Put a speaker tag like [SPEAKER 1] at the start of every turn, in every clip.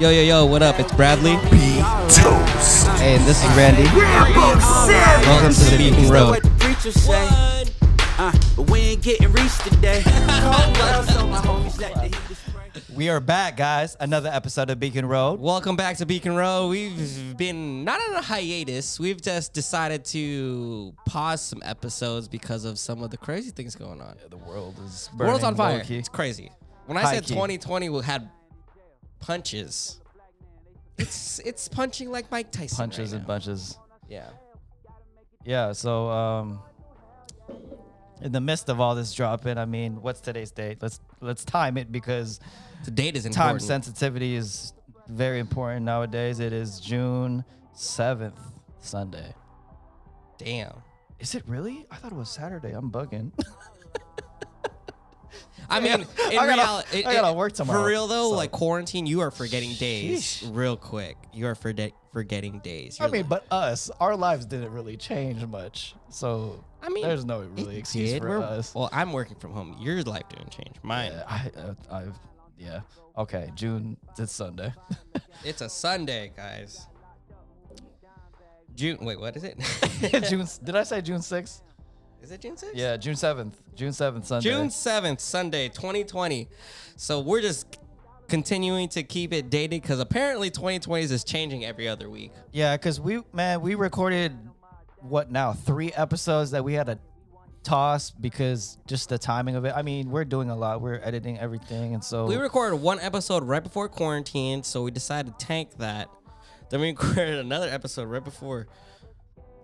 [SPEAKER 1] Yo, yo, yo, what up? It's Bradley.
[SPEAKER 2] Toast.
[SPEAKER 3] Hey, and this is Randy.
[SPEAKER 1] Welcome to the Beacon Road.
[SPEAKER 4] What the preacher say? Uh, but we ain't getting reached today. Cold world, so my homies let the heat spray.
[SPEAKER 3] We are back, guys. Another episode of Beacon Road.
[SPEAKER 1] Welcome back to Beacon Road. We've been not on a hiatus. We've just decided to pause some episodes because of some of the crazy things going on.
[SPEAKER 3] The world is
[SPEAKER 1] The
[SPEAKER 3] burning.
[SPEAKER 1] world's on fire.
[SPEAKER 3] low-key.
[SPEAKER 1] It's crazy. When I
[SPEAKER 3] High
[SPEAKER 1] said
[SPEAKER 3] key.
[SPEAKER 1] 2020 we had punches, it's it's punching like Mike Tyson.
[SPEAKER 3] Punches
[SPEAKER 1] right
[SPEAKER 3] and
[SPEAKER 1] now.
[SPEAKER 3] bunches.
[SPEAKER 1] Yeah.
[SPEAKER 3] Yeah. So, um, in the midst of all this dropping, I mean, what's today's date? Let's let's time it because
[SPEAKER 1] The date is important.
[SPEAKER 3] time sensitivity is very important nowadays. It is June seventh, Sunday.
[SPEAKER 1] Damn.
[SPEAKER 3] Is it really? I thought it was Saturday. I'm bugging.
[SPEAKER 1] I mean, in
[SPEAKER 3] I gotta-
[SPEAKER 1] reality,
[SPEAKER 3] I gotta work tomorrow,
[SPEAKER 1] For real though,
[SPEAKER 3] so.
[SPEAKER 1] like quarantine, you are forgetting days
[SPEAKER 3] Sheesh.
[SPEAKER 1] real quick. You are forget forgetting days.
[SPEAKER 3] I
[SPEAKER 1] You're
[SPEAKER 3] mean,
[SPEAKER 1] like-
[SPEAKER 3] but us, our lives didn't really change much. So
[SPEAKER 1] I mean,
[SPEAKER 3] there's no
[SPEAKER 1] it
[SPEAKER 3] really excuse
[SPEAKER 1] did.
[SPEAKER 3] for
[SPEAKER 1] We're-
[SPEAKER 3] us.
[SPEAKER 1] Well, I'm working from home. Your life didn't change. Mine.
[SPEAKER 3] Yeah, I, uh, I've, yeah. Okay, June. It's Sunday.
[SPEAKER 1] It's a Sunday, guys. June. Wait, what is it?
[SPEAKER 3] June. s- Did I say June sixth?
[SPEAKER 1] Is it June 6th?
[SPEAKER 3] Yeah, June seventh. June seventh, Sunday.
[SPEAKER 1] June 7th, Sunday, 2020. So we're just continuing to keep it dated because apparently 2020s is changing every other week.
[SPEAKER 3] Yeah, because we man, we recorded what now three episodes that we had to toss because just the timing of it. I mean, we're doing a lot. We're editing everything, and so
[SPEAKER 1] We recorded one episode right before quarantine, so we decided to tank that. Then we recorded another episode right before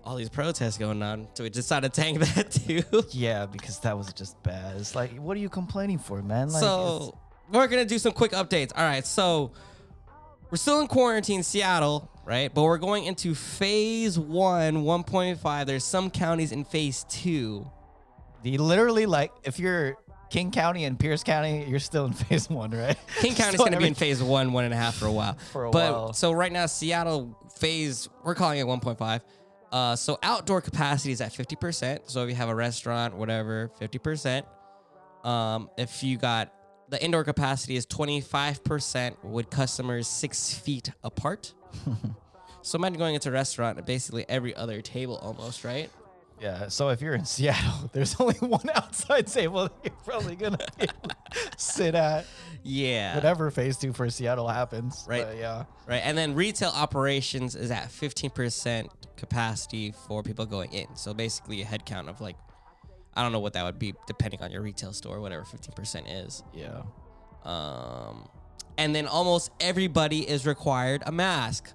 [SPEAKER 1] all these protests going on, so we decided to tank that too.
[SPEAKER 3] yeah, because that was just bad. It's like, what are you complaining for, man? Like,
[SPEAKER 1] so we're gonna do some quick updates. All right, so we're still in quarantine, Seattle, right? But we're going into phase one, 1.5. There's some counties in phase two.
[SPEAKER 3] it's- you literally like if you're. King County and Pierce County, you're still in phase one, right?
[SPEAKER 1] King County's
[SPEAKER 3] So
[SPEAKER 1] gonna be in
[SPEAKER 3] every-
[SPEAKER 1] phase one, one and a half for a while.
[SPEAKER 3] For a
[SPEAKER 1] but,
[SPEAKER 3] while.
[SPEAKER 1] So right now, Seattle phase, we're calling it 1.5. Uh, so outdoor capacity is at 50%. So if you have a restaurant, whatever, 50%. Um, if you got the indoor capacity is 25% with customers six feet apart. so imagine going into a restaurant and basically every other table almost, right?
[SPEAKER 3] Yeah, so if you're in Seattle, there's only one outside table that you're probably gonna be able to sit at
[SPEAKER 1] Yeah.
[SPEAKER 3] whenever phase two for Seattle happens.
[SPEAKER 1] Right.
[SPEAKER 3] But yeah.
[SPEAKER 1] Right. And then retail operations is at 15% capacity for people going in. So basically a headcount of like, I don't know what that would be depending on your retail store, whatever 15% is.
[SPEAKER 3] Yeah.
[SPEAKER 1] Um, and then almost everybody is required a mask.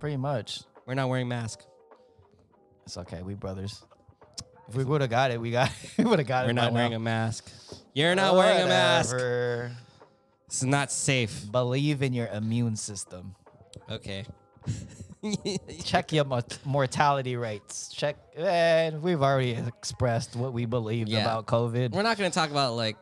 [SPEAKER 3] Pretty much.
[SPEAKER 1] We're not wearing masks.
[SPEAKER 3] It's okay, we brothers. If we would have got it, we got we would have got
[SPEAKER 1] We're
[SPEAKER 3] it.
[SPEAKER 1] not wearing a mask. You're not wearing a mask.
[SPEAKER 3] mask.
[SPEAKER 1] It's not safe.
[SPEAKER 3] Believe in your immune system.
[SPEAKER 1] Okay.
[SPEAKER 3] Check your mort- mortality rates. Check and we've already expressed what we believed
[SPEAKER 1] Yeah.
[SPEAKER 3] about COVID.
[SPEAKER 1] We're not going to talk about like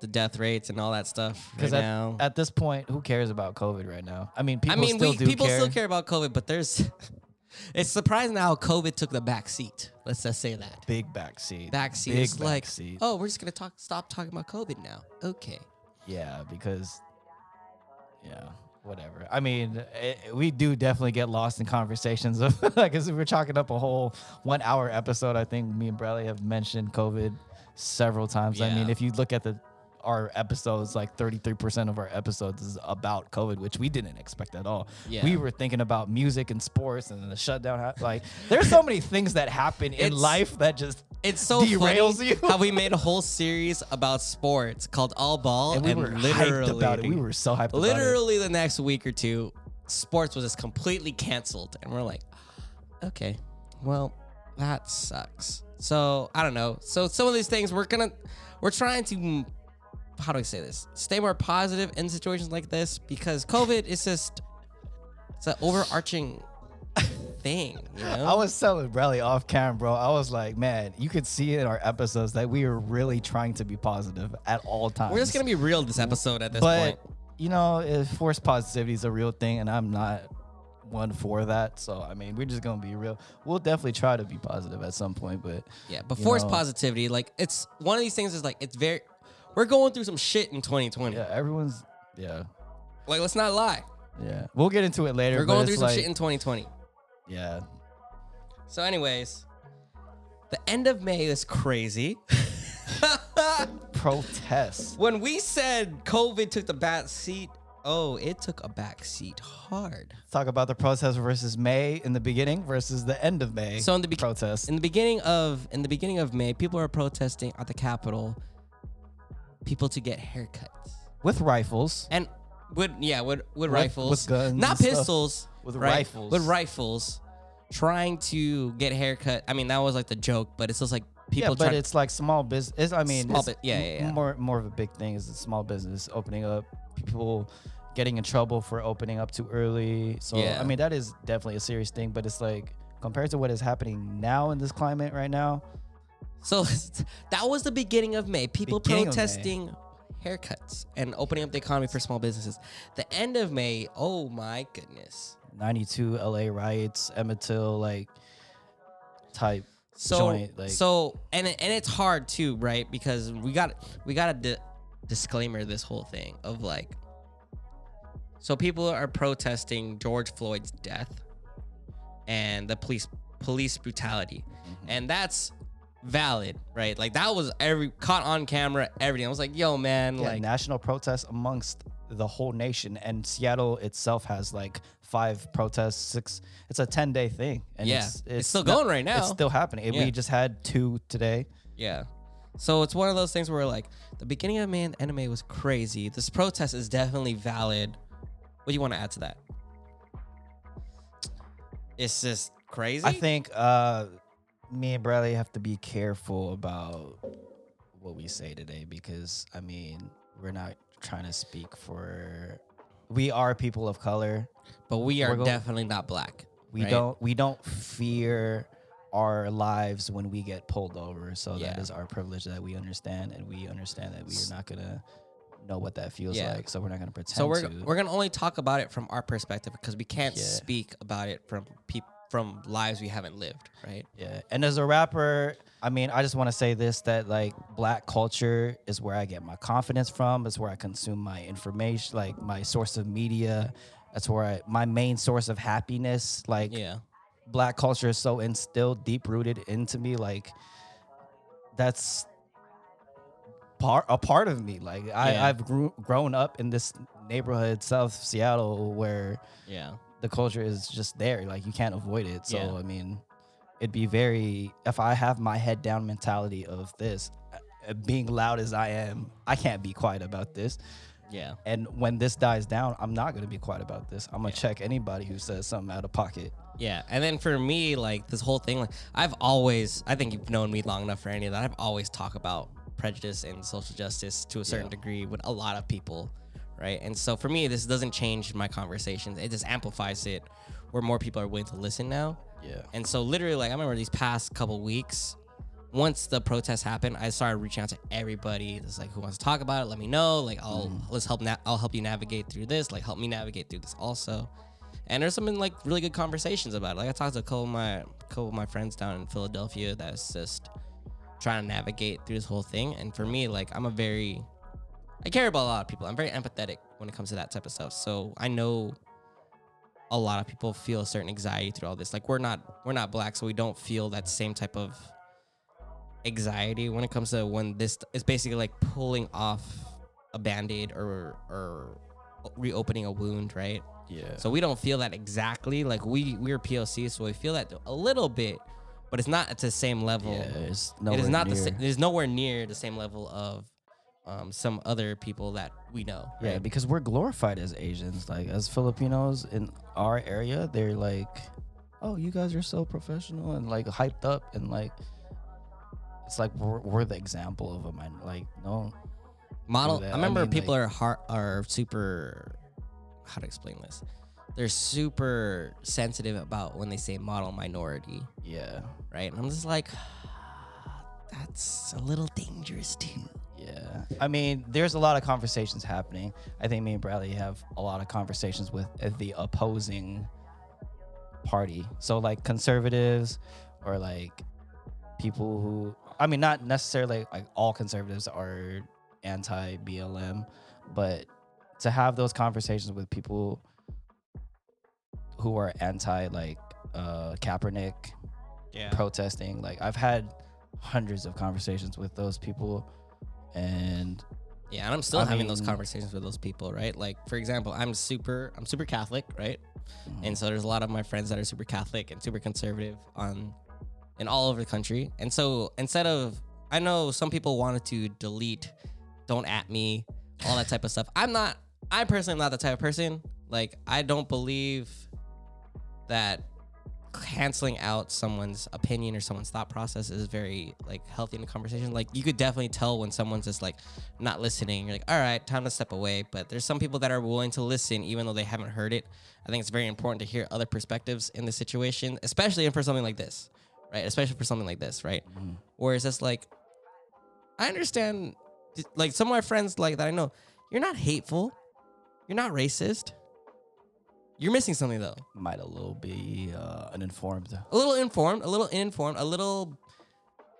[SPEAKER 1] the death rates and all that stuff right
[SPEAKER 3] Because
[SPEAKER 1] now.
[SPEAKER 3] at, at this point, who cares about COVID right now? I mean, people
[SPEAKER 1] I mean,
[SPEAKER 3] still
[SPEAKER 1] we
[SPEAKER 3] do
[SPEAKER 1] people
[SPEAKER 3] care.
[SPEAKER 1] still care about COVID, but there's. it's surprising how COVID took the back seat. Let's just say that
[SPEAKER 3] Big backseat.
[SPEAKER 1] back seat.
[SPEAKER 3] Big
[SPEAKER 1] It's like,
[SPEAKER 3] backseat.
[SPEAKER 1] oh, we're just gonna talk. Stop talking about COVID now. Okay.
[SPEAKER 3] Yeah, because, yeah, whatever. I mean, it, we do definitely get lost in conversations of because we were chalking up a whole one hour episode. I think me and Bradley have mentioned COVID several times. I mean,
[SPEAKER 1] Yeah.
[SPEAKER 3] if you look at the our episodes, like 33% of our episodes is about COVID, which we didn't expect at all.
[SPEAKER 1] Yeah.
[SPEAKER 3] We were thinking about music and sports and the shutdown. hap- Like, there's so many things that happen in
[SPEAKER 1] It's-
[SPEAKER 3] life that just
[SPEAKER 1] It's so
[SPEAKER 3] Derails
[SPEAKER 1] funny
[SPEAKER 3] you.
[SPEAKER 1] how we made a whole series about sports called All Ball,
[SPEAKER 3] and
[SPEAKER 1] and,
[SPEAKER 3] we were
[SPEAKER 1] literally,
[SPEAKER 3] hyped about it. We were so hyped about it.
[SPEAKER 1] literally the next week or two, sports was just completely canceled, and we're like, okay, well, that sucks. So I don't know. So some of these things we're gonna, we're trying to, how do I say this? Stay more positive in situations like this because COVID is just, it's an overarching thing, you know.
[SPEAKER 3] I was telling Bradley off cam, bro. I was like, man, you could see in our episodes that we are really trying to be positive at all times.
[SPEAKER 1] we're just gonna be real this episode at this
[SPEAKER 3] but
[SPEAKER 1] point.
[SPEAKER 3] you know, if forced positivity is a real thing, and I'm not one for that. So I mean, we're just gonna be real. We'll definitely try to be positive at some point, but
[SPEAKER 1] Yeah, but
[SPEAKER 3] you
[SPEAKER 1] forced
[SPEAKER 3] know.
[SPEAKER 1] positivity, like it's one of these things is like it's very we're going through some shit in 2020.
[SPEAKER 3] yeah, everyone's yeah.
[SPEAKER 1] Like let's not lie.
[SPEAKER 3] Yeah, we'll get into it later.
[SPEAKER 1] We're
[SPEAKER 3] but
[SPEAKER 1] going
[SPEAKER 3] it's
[SPEAKER 1] through some
[SPEAKER 3] like-
[SPEAKER 1] shit in 2020.
[SPEAKER 3] yeah,
[SPEAKER 1] So, anyways, the end of May is crazy.
[SPEAKER 3] protest.
[SPEAKER 1] when we said COVID took the back seat, oh, it took a back seat hard.
[SPEAKER 3] Talk about the protest versus May in the beginning versus the end of May.
[SPEAKER 1] So in the be-
[SPEAKER 3] protest,
[SPEAKER 1] in the beginning of in the beginning of May, people are protesting at the Capitol, people to get haircuts
[SPEAKER 3] with rifles.
[SPEAKER 1] and would yeah would would rifles,
[SPEAKER 3] with guns
[SPEAKER 1] not
[SPEAKER 3] and stuff.
[SPEAKER 1] pistols,
[SPEAKER 3] With
[SPEAKER 1] right?
[SPEAKER 3] rifles.
[SPEAKER 1] with rifles, trying to get haircut. I mean, that was like the joke, but it's just like people.
[SPEAKER 3] yeah, but
[SPEAKER 1] trying-
[SPEAKER 3] it's like small business. I mean,
[SPEAKER 1] Small
[SPEAKER 3] it's
[SPEAKER 1] bu- yeah, yeah, yeah.
[SPEAKER 3] More, more of a big thing is the small business opening up, people getting in trouble for opening up too early. So
[SPEAKER 1] Yeah.
[SPEAKER 3] I mean, that is definitely a serious thing. But it's like compared to what is happening now in this climate right now,
[SPEAKER 1] so that was the beginning of May. People
[SPEAKER 3] Beginning of May.
[SPEAKER 1] protesting haircuts and opening up the economy for small businesses. The end of May, oh my goodness.
[SPEAKER 3] 92 LA riots, Emmett Till like type
[SPEAKER 1] so
[SPEAKER 3] joint. Like,
[SPEAKER 1] so and it- and it's hard too right because we got we got a di- disclaimer this whole thing of like so people are protesting George Floyd's death and the police police brutality
[SPEAKER 3] Mm-hmm.
[SPEAKER 1] and that's valid right like that was every caught on camera everything I was like yo man
[SPEAKER 3] yeah,
[SPEAKER 1] like
[SPEAKER 3] national protests amongst the whole nation and Seattle itself has like five protests, six. It's a ten day thing, and
[SPEAKER 1] Yeah,
[SPEAKER 3] it's,
[SPEAKER 1] it's still going right now.
[SPEAKER 3] It's still happening.
[SPEAKER 1] Yeah.
[SPEAKER 3] We just had two today.
[SPEAKER 1] Yeah. So it's one of those things where like the beginning of May and anime was crazy. This protest is definitely valid. What do you want to add to that? It's just crazy.
[SPEAKER 3] I think uh, me and Bradley have to be careful about what we say today because I mean we're not trying to speak for. We are people of color.
[SPEAKER 1] but we are
[SPEAKER 3] we're go-
[SPEAKER 1] definitely not black.
[SPEAKER 3] We
[SPEAKER 1] right?
[SPEAKER 3] don't we don't fear our lives when we get pulled over. So that
[SPEAKER 1] Yeah.
[SPEAKER 3] is our privilege that we understand and we understand that we are not gonna know what that feels
[SPEAKER 1] Yeah.
[SPEAKER 3] like. So we're not gonna pretend
[SPEAKER 1] So we're
[SPEAKER 3] to.
[SPEAKER 1] we're gonna only talk about it from our perspective because we can't
[SPEAKER 3] Yeah.
[SPEAKER 1] speak about it from people from lives we haven't lived, right?
[SPEAKER 3] yeah. And as a rapper, I mean, I just want to say this that like black culture is where I get my confidence from. It's where I consume my information, like my source of media. That's where I, my main source of happiness, like
[SPEAKER 1] Yeah.
[SPEAKER 3] black culture is so instilled deep rooted into me like that's part a part of me like
[SPEAKER 1] Yeah.
[SPEAKER 3] I, i've grew, grown up in this neighborhood south seattle where
[SPEAKER 1] Yeah.
[SPEAKER 3] the culture is just there like you can't avoid it so
[SPEAKER 1] Yeah.
[SPEAKER 3] i mean it'd be very if i have my head down mentality of this uh, being loud as i am i can't be quiet about this
[SPEAKER 1] Yeah.
[SPEAKER 3] and when this dies down i'm not going to be quiet about this i'm going to check anybody who says something out of pocket
[SPEAKER 1] Yeah, and then for me, like this whole thing, like I've always, I think you've known me long enough for any of that. I've always talked about prejudice and social justice to a certain degree with a lot of people, right? And so for me, this doesn't change my conversations; it just amplifies it, where more people are willing to listen now.
[SPEAKER 3] yeah
[SPEAKER 1] And so literally, like I remember these past couple weeks, once the protest happened, I started reaching out to everybody. It's like, who wants to talk about it? Let me know. Like, I'll let's help. Na- I'll help you navigate through this. Like, help me navigate through this also. And there's some like really good conversations about it. Like I talked to a couple of my couple of my friends down in Philadelphia that's just trying to navigate through this whole thing. And for me, like I'm a very I care about a lot of people. I'm very empathetic when it comes to that type of stuff. So I know a lot of people feel a certain anxiety through all this. Like we're not we're not black, so we don't feel that same type of anxiety when it comes to when this it's basically like pulling off a band-aid or or reopening a wound, right?
[SPEAKER 3] yeah
[SPEAKER 1] So we don't feel that exactly. Like we we're PLC, so we feel that a little bit, but it's not at the same level.
[SPEAKER 3] Yeah, it's
[SPEAKER 1] it is
[SPEAKER 3] nowhere
[SPEAKER 1] not the
[SPEAKER 3] near.
[SPEAKER 1] same. It is nowhere near the same level of um, some other people that we know.
[SPEAKER 3] Yeah,
[SPEAKER 1] right?
[SPEAKER 3] because we're glorified as Asians, like as Filipinos in our area, they're like, "Oh, you guys are so professional and like hyped up and like." It's like we're, we're the example of a minor. Like no,
[SPEAKER 1] model.
[SPEAKER 3] that.
[SPEAKER 1] I
[SPEAKER 3] I
[SPEAKER 1] remember
[SPEAKER 3] mean,
[SPEAKER 1] people
[SPEAKER 3] like-
[SPEAKER 1] are hard, are super. How to explain this? They're super sensitive about when they say model minority,
[SPEAKER 3] yeah,
[SPEAKER 1] right? And I'm just like, that's a little dangerous too.
[SPEAKER 3] yeah. I mean, there's a lot of conversations happening. I think me and Bradley have a lot of conversations with uh, the opposing party. So like conservatives, or like people who I mean not necessarily like all conservatives are anti BLM, but to have those conversations with people who are anti like uh Kaepernick
[SPEAKER 1] Yeah.
[SPEAKER 3] protesting. Like I've had hundreds of conversations with those people and
[SPEAKER 1] Yeah, and I'm still
[SPEAKER 3] I
[SPEAKER 1] having those
[SPEAKER 3] mean-
[SPEAKER 1] conversations with those people, right? Like, for example, I'm super, I'm super Catholic, right?
[SPEAKER 3] Mm-hmm.
[SPEAKER 1] And so there's a lot of my friends that are super Catholic and super conservative on, in all over the country. And so instead of, I know some people wanted to delete, don't at me, all that type of stuff. I'm not, I personally am not the type of person. Like, I don't believe that canceling out someonene's opinion or someone's thought process is very like healthy in a conversation. Like you could definitely tell when someone's just like not listening. You're like, all right, time to step away. But there's some people that are willing to listen even though they haven't heard it. I think it's very important to hear other perspectives in the situation, especially for something like this, right? Especially for something like this, right? Where it's just like, I understand, like some of my friends like that I know, you're not hateful, you're not racist. You're missing something though
[SPEAKER 3] might a little be uh uninformed.
[SPEAKER 1] a little informed, a little informed, a little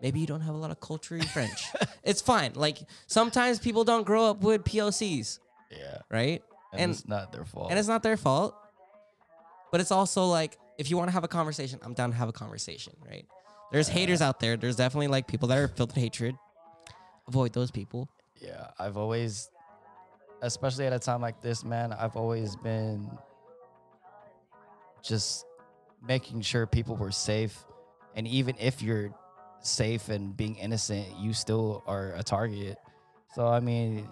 [SPEAKER 1] maybe you don't have a lot of culture in French. it's fine. Like sometimes people don't grow up with POCs,
[SPEAKER 3] Yeah.
[SPEAKER 1] right?
[SPEAKER 3] And,
[SPEAKER 1] And
[SPEAKER 3] it's not their fault.
[SPEAKER 1] and it's not their fault. But it's also like if you want to have a conversation, I'm down to have a conversation, right? There's haters out there. There's definitely like people that are filled with hatred. Avoid those people.
[SPEAKER 3] Yeah, I've always, especially at a time like this, man, I've always been just making sure people were safe. And even if you're safe and being innocent, you still are a target. So, I mean,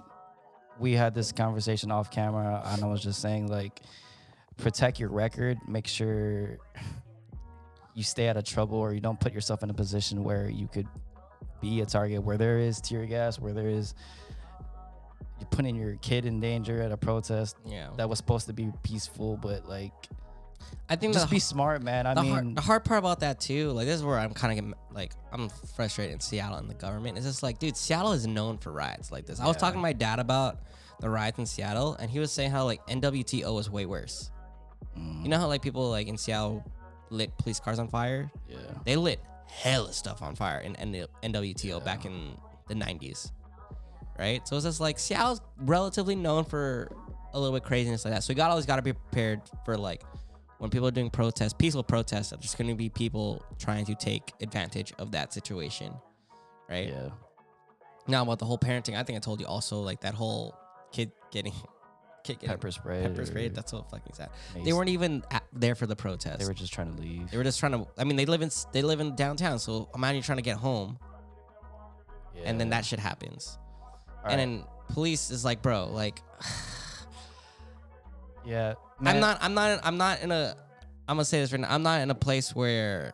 [SPEAKER 3] we had this conversation off camera, and I was just saying, like, protect your record, make sure you stay out of trouble or you don't put yourself in a position where you could be a target where there is tear gas, where there is you're putting your kid in danger at a protest
[SPEAKER 1] Yeah.
[SPEAKER 3] that was supposed to be peaceful, but like
[SPEAKER 1] I think
[SPEAKER 3] just
[SPEAKER 1] the,
[SPEAKER 3] be smart, man. I
[SPEAKER 1] the,
[SPEAKER 3] mean,
[SPEAKER 1] hard, the hard part about that too, like this is where I'm kind of getting like I'm frustrated in Seattle and the government. It's just like, dude, Seattle is known for riots like this. I was talking to my dad about the riots in Seattle, and he was saying how like NWTO is way worse.
[SPEAKER 3] Mm.
[SPEAKER 1] You know how like people like in Seattle lit police cars on fire?
[SPEAKER 3] yeah,
[SPEAKER 1] They lit hella stuff on fire in N- NWTO back in the 90s, right? So it's just like Seattle's relatively known for a little bit craziness like that. So we got always got to be prepared for like when people are doing protests, peaceful protests, there's going to be people trying to take advantage of that situation, right?
[SPEAKER 3] yeah,
[SPEAKER 1] Now about the whole parenting, I think I told you also like that whole kid getting kid getting
[SPEAKER 3] pepper spray.
[SPEAKER 1] pepper sprayed.
[SPEAKER 3] or
[SPEAKER 1] That's so fucking sad. They
[SPEAKER 3] mace.
[SPEAKER 1] weren't even at, there for the protest.
[SPEAKER 3] They were just trying to leave.
[SPEAKER 1] They were just trying to. I mean, they live in they live in downtown, so imagine trying to get home, and then that shit happens,
[SPEAKER 3] All
[SPEAKER 1] and
[SPEAKER 3] right.
[SPEAKER 1] then police is like, bro, like
[SPEAKER 3] yeah,
[SPEAKER 1] I'm
[SPEAKER 3] man,
[SPEAKER 1] not, I'm not, I'm not in a. I'm gonna say this right now. I'm not in a place where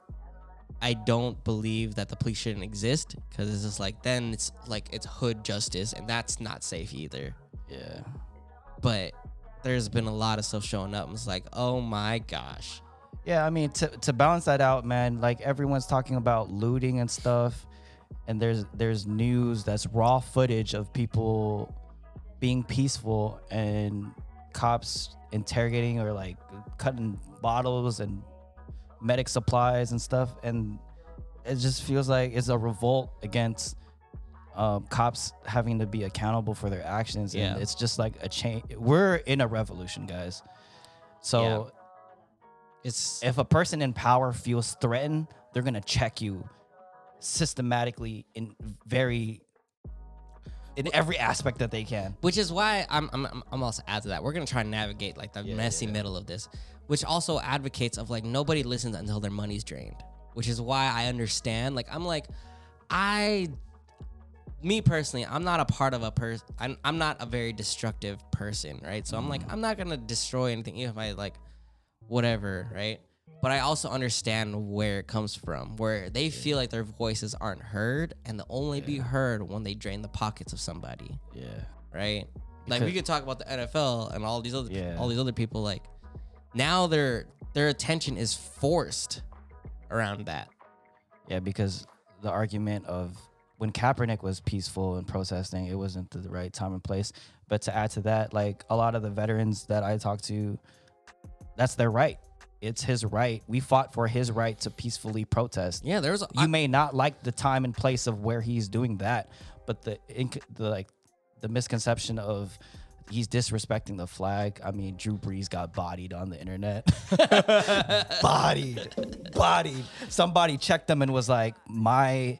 [SPEAKER 1] I don't believe that the police shouldn't exist because it's just like then it's like it's hood justice, and that's not safe either.
[SPEAKER 3] Yeah,
[SPEAKER 1] But there's been a lot of stuff showing up. and It's like, oh my gosh,
[SPEAKER 3] yeah. I mean, to to balance that out, man. Like everyone's talking about looting and stuff, and there's there's news that's raw footage of people being peaceful and cops interrogating or like cutting bottles and medic supplies and stuff and it just feels like it's a revolt against um, cops having to be accountable for their actions
[SPEAKER 1] Yeah.
[SPEAKER 3] and it's just like a change we're in a revolution guys so
[SPEAKER 1] it's
[SPEAKER 3] if a person in power feels threatened they're gonna check you systematically in very in every aspect that they can
[SPEAKER 1] which is why I'm, I'm I'm- I'm also add to that. We're gonna try and navigate like the messy middle of this, which also advocates of like nobody listens until their money's drained, which is why I understand. Like I'm like, I, me personally, I'm not a part of a person. I'm I'm not a very destructive person, right? So I'm like I'm not gonna destroy anything even if I like, whatever, right? But I also understand where it comes from, where they feel like their voices aren't heard and they'll only be heard when they drain the pockets of somebody
[SPEAKER 3] yeah
[SPEAKER 1] right? Like we
[SPEAKER 3] Because-
[SPEAKER 1] could talk about the NFL and all these other
[SPEAKER 3] Yeah.
[SPEAKER 1] all these other people. Like now their their attention is forced around that.
[SPEAKER 3] Yeah, because the argument of when Kaepernick was peaceful and protesting, it wasn't the right time and place. But to add to that, like a lot of the veterans that I talk to, that's their right. It's his right. We fought for his right to peacefully protest.
[SPEAKER 1] Yeah, there was a,
[SPEAKER 3] You may not like the time and place of where he's doing that, but the inc- the like the misconception of he's disrespecting the flag. I mean, Drew Brees got bodied on the internet. bodied, bodied. Somebody checked them and was like, my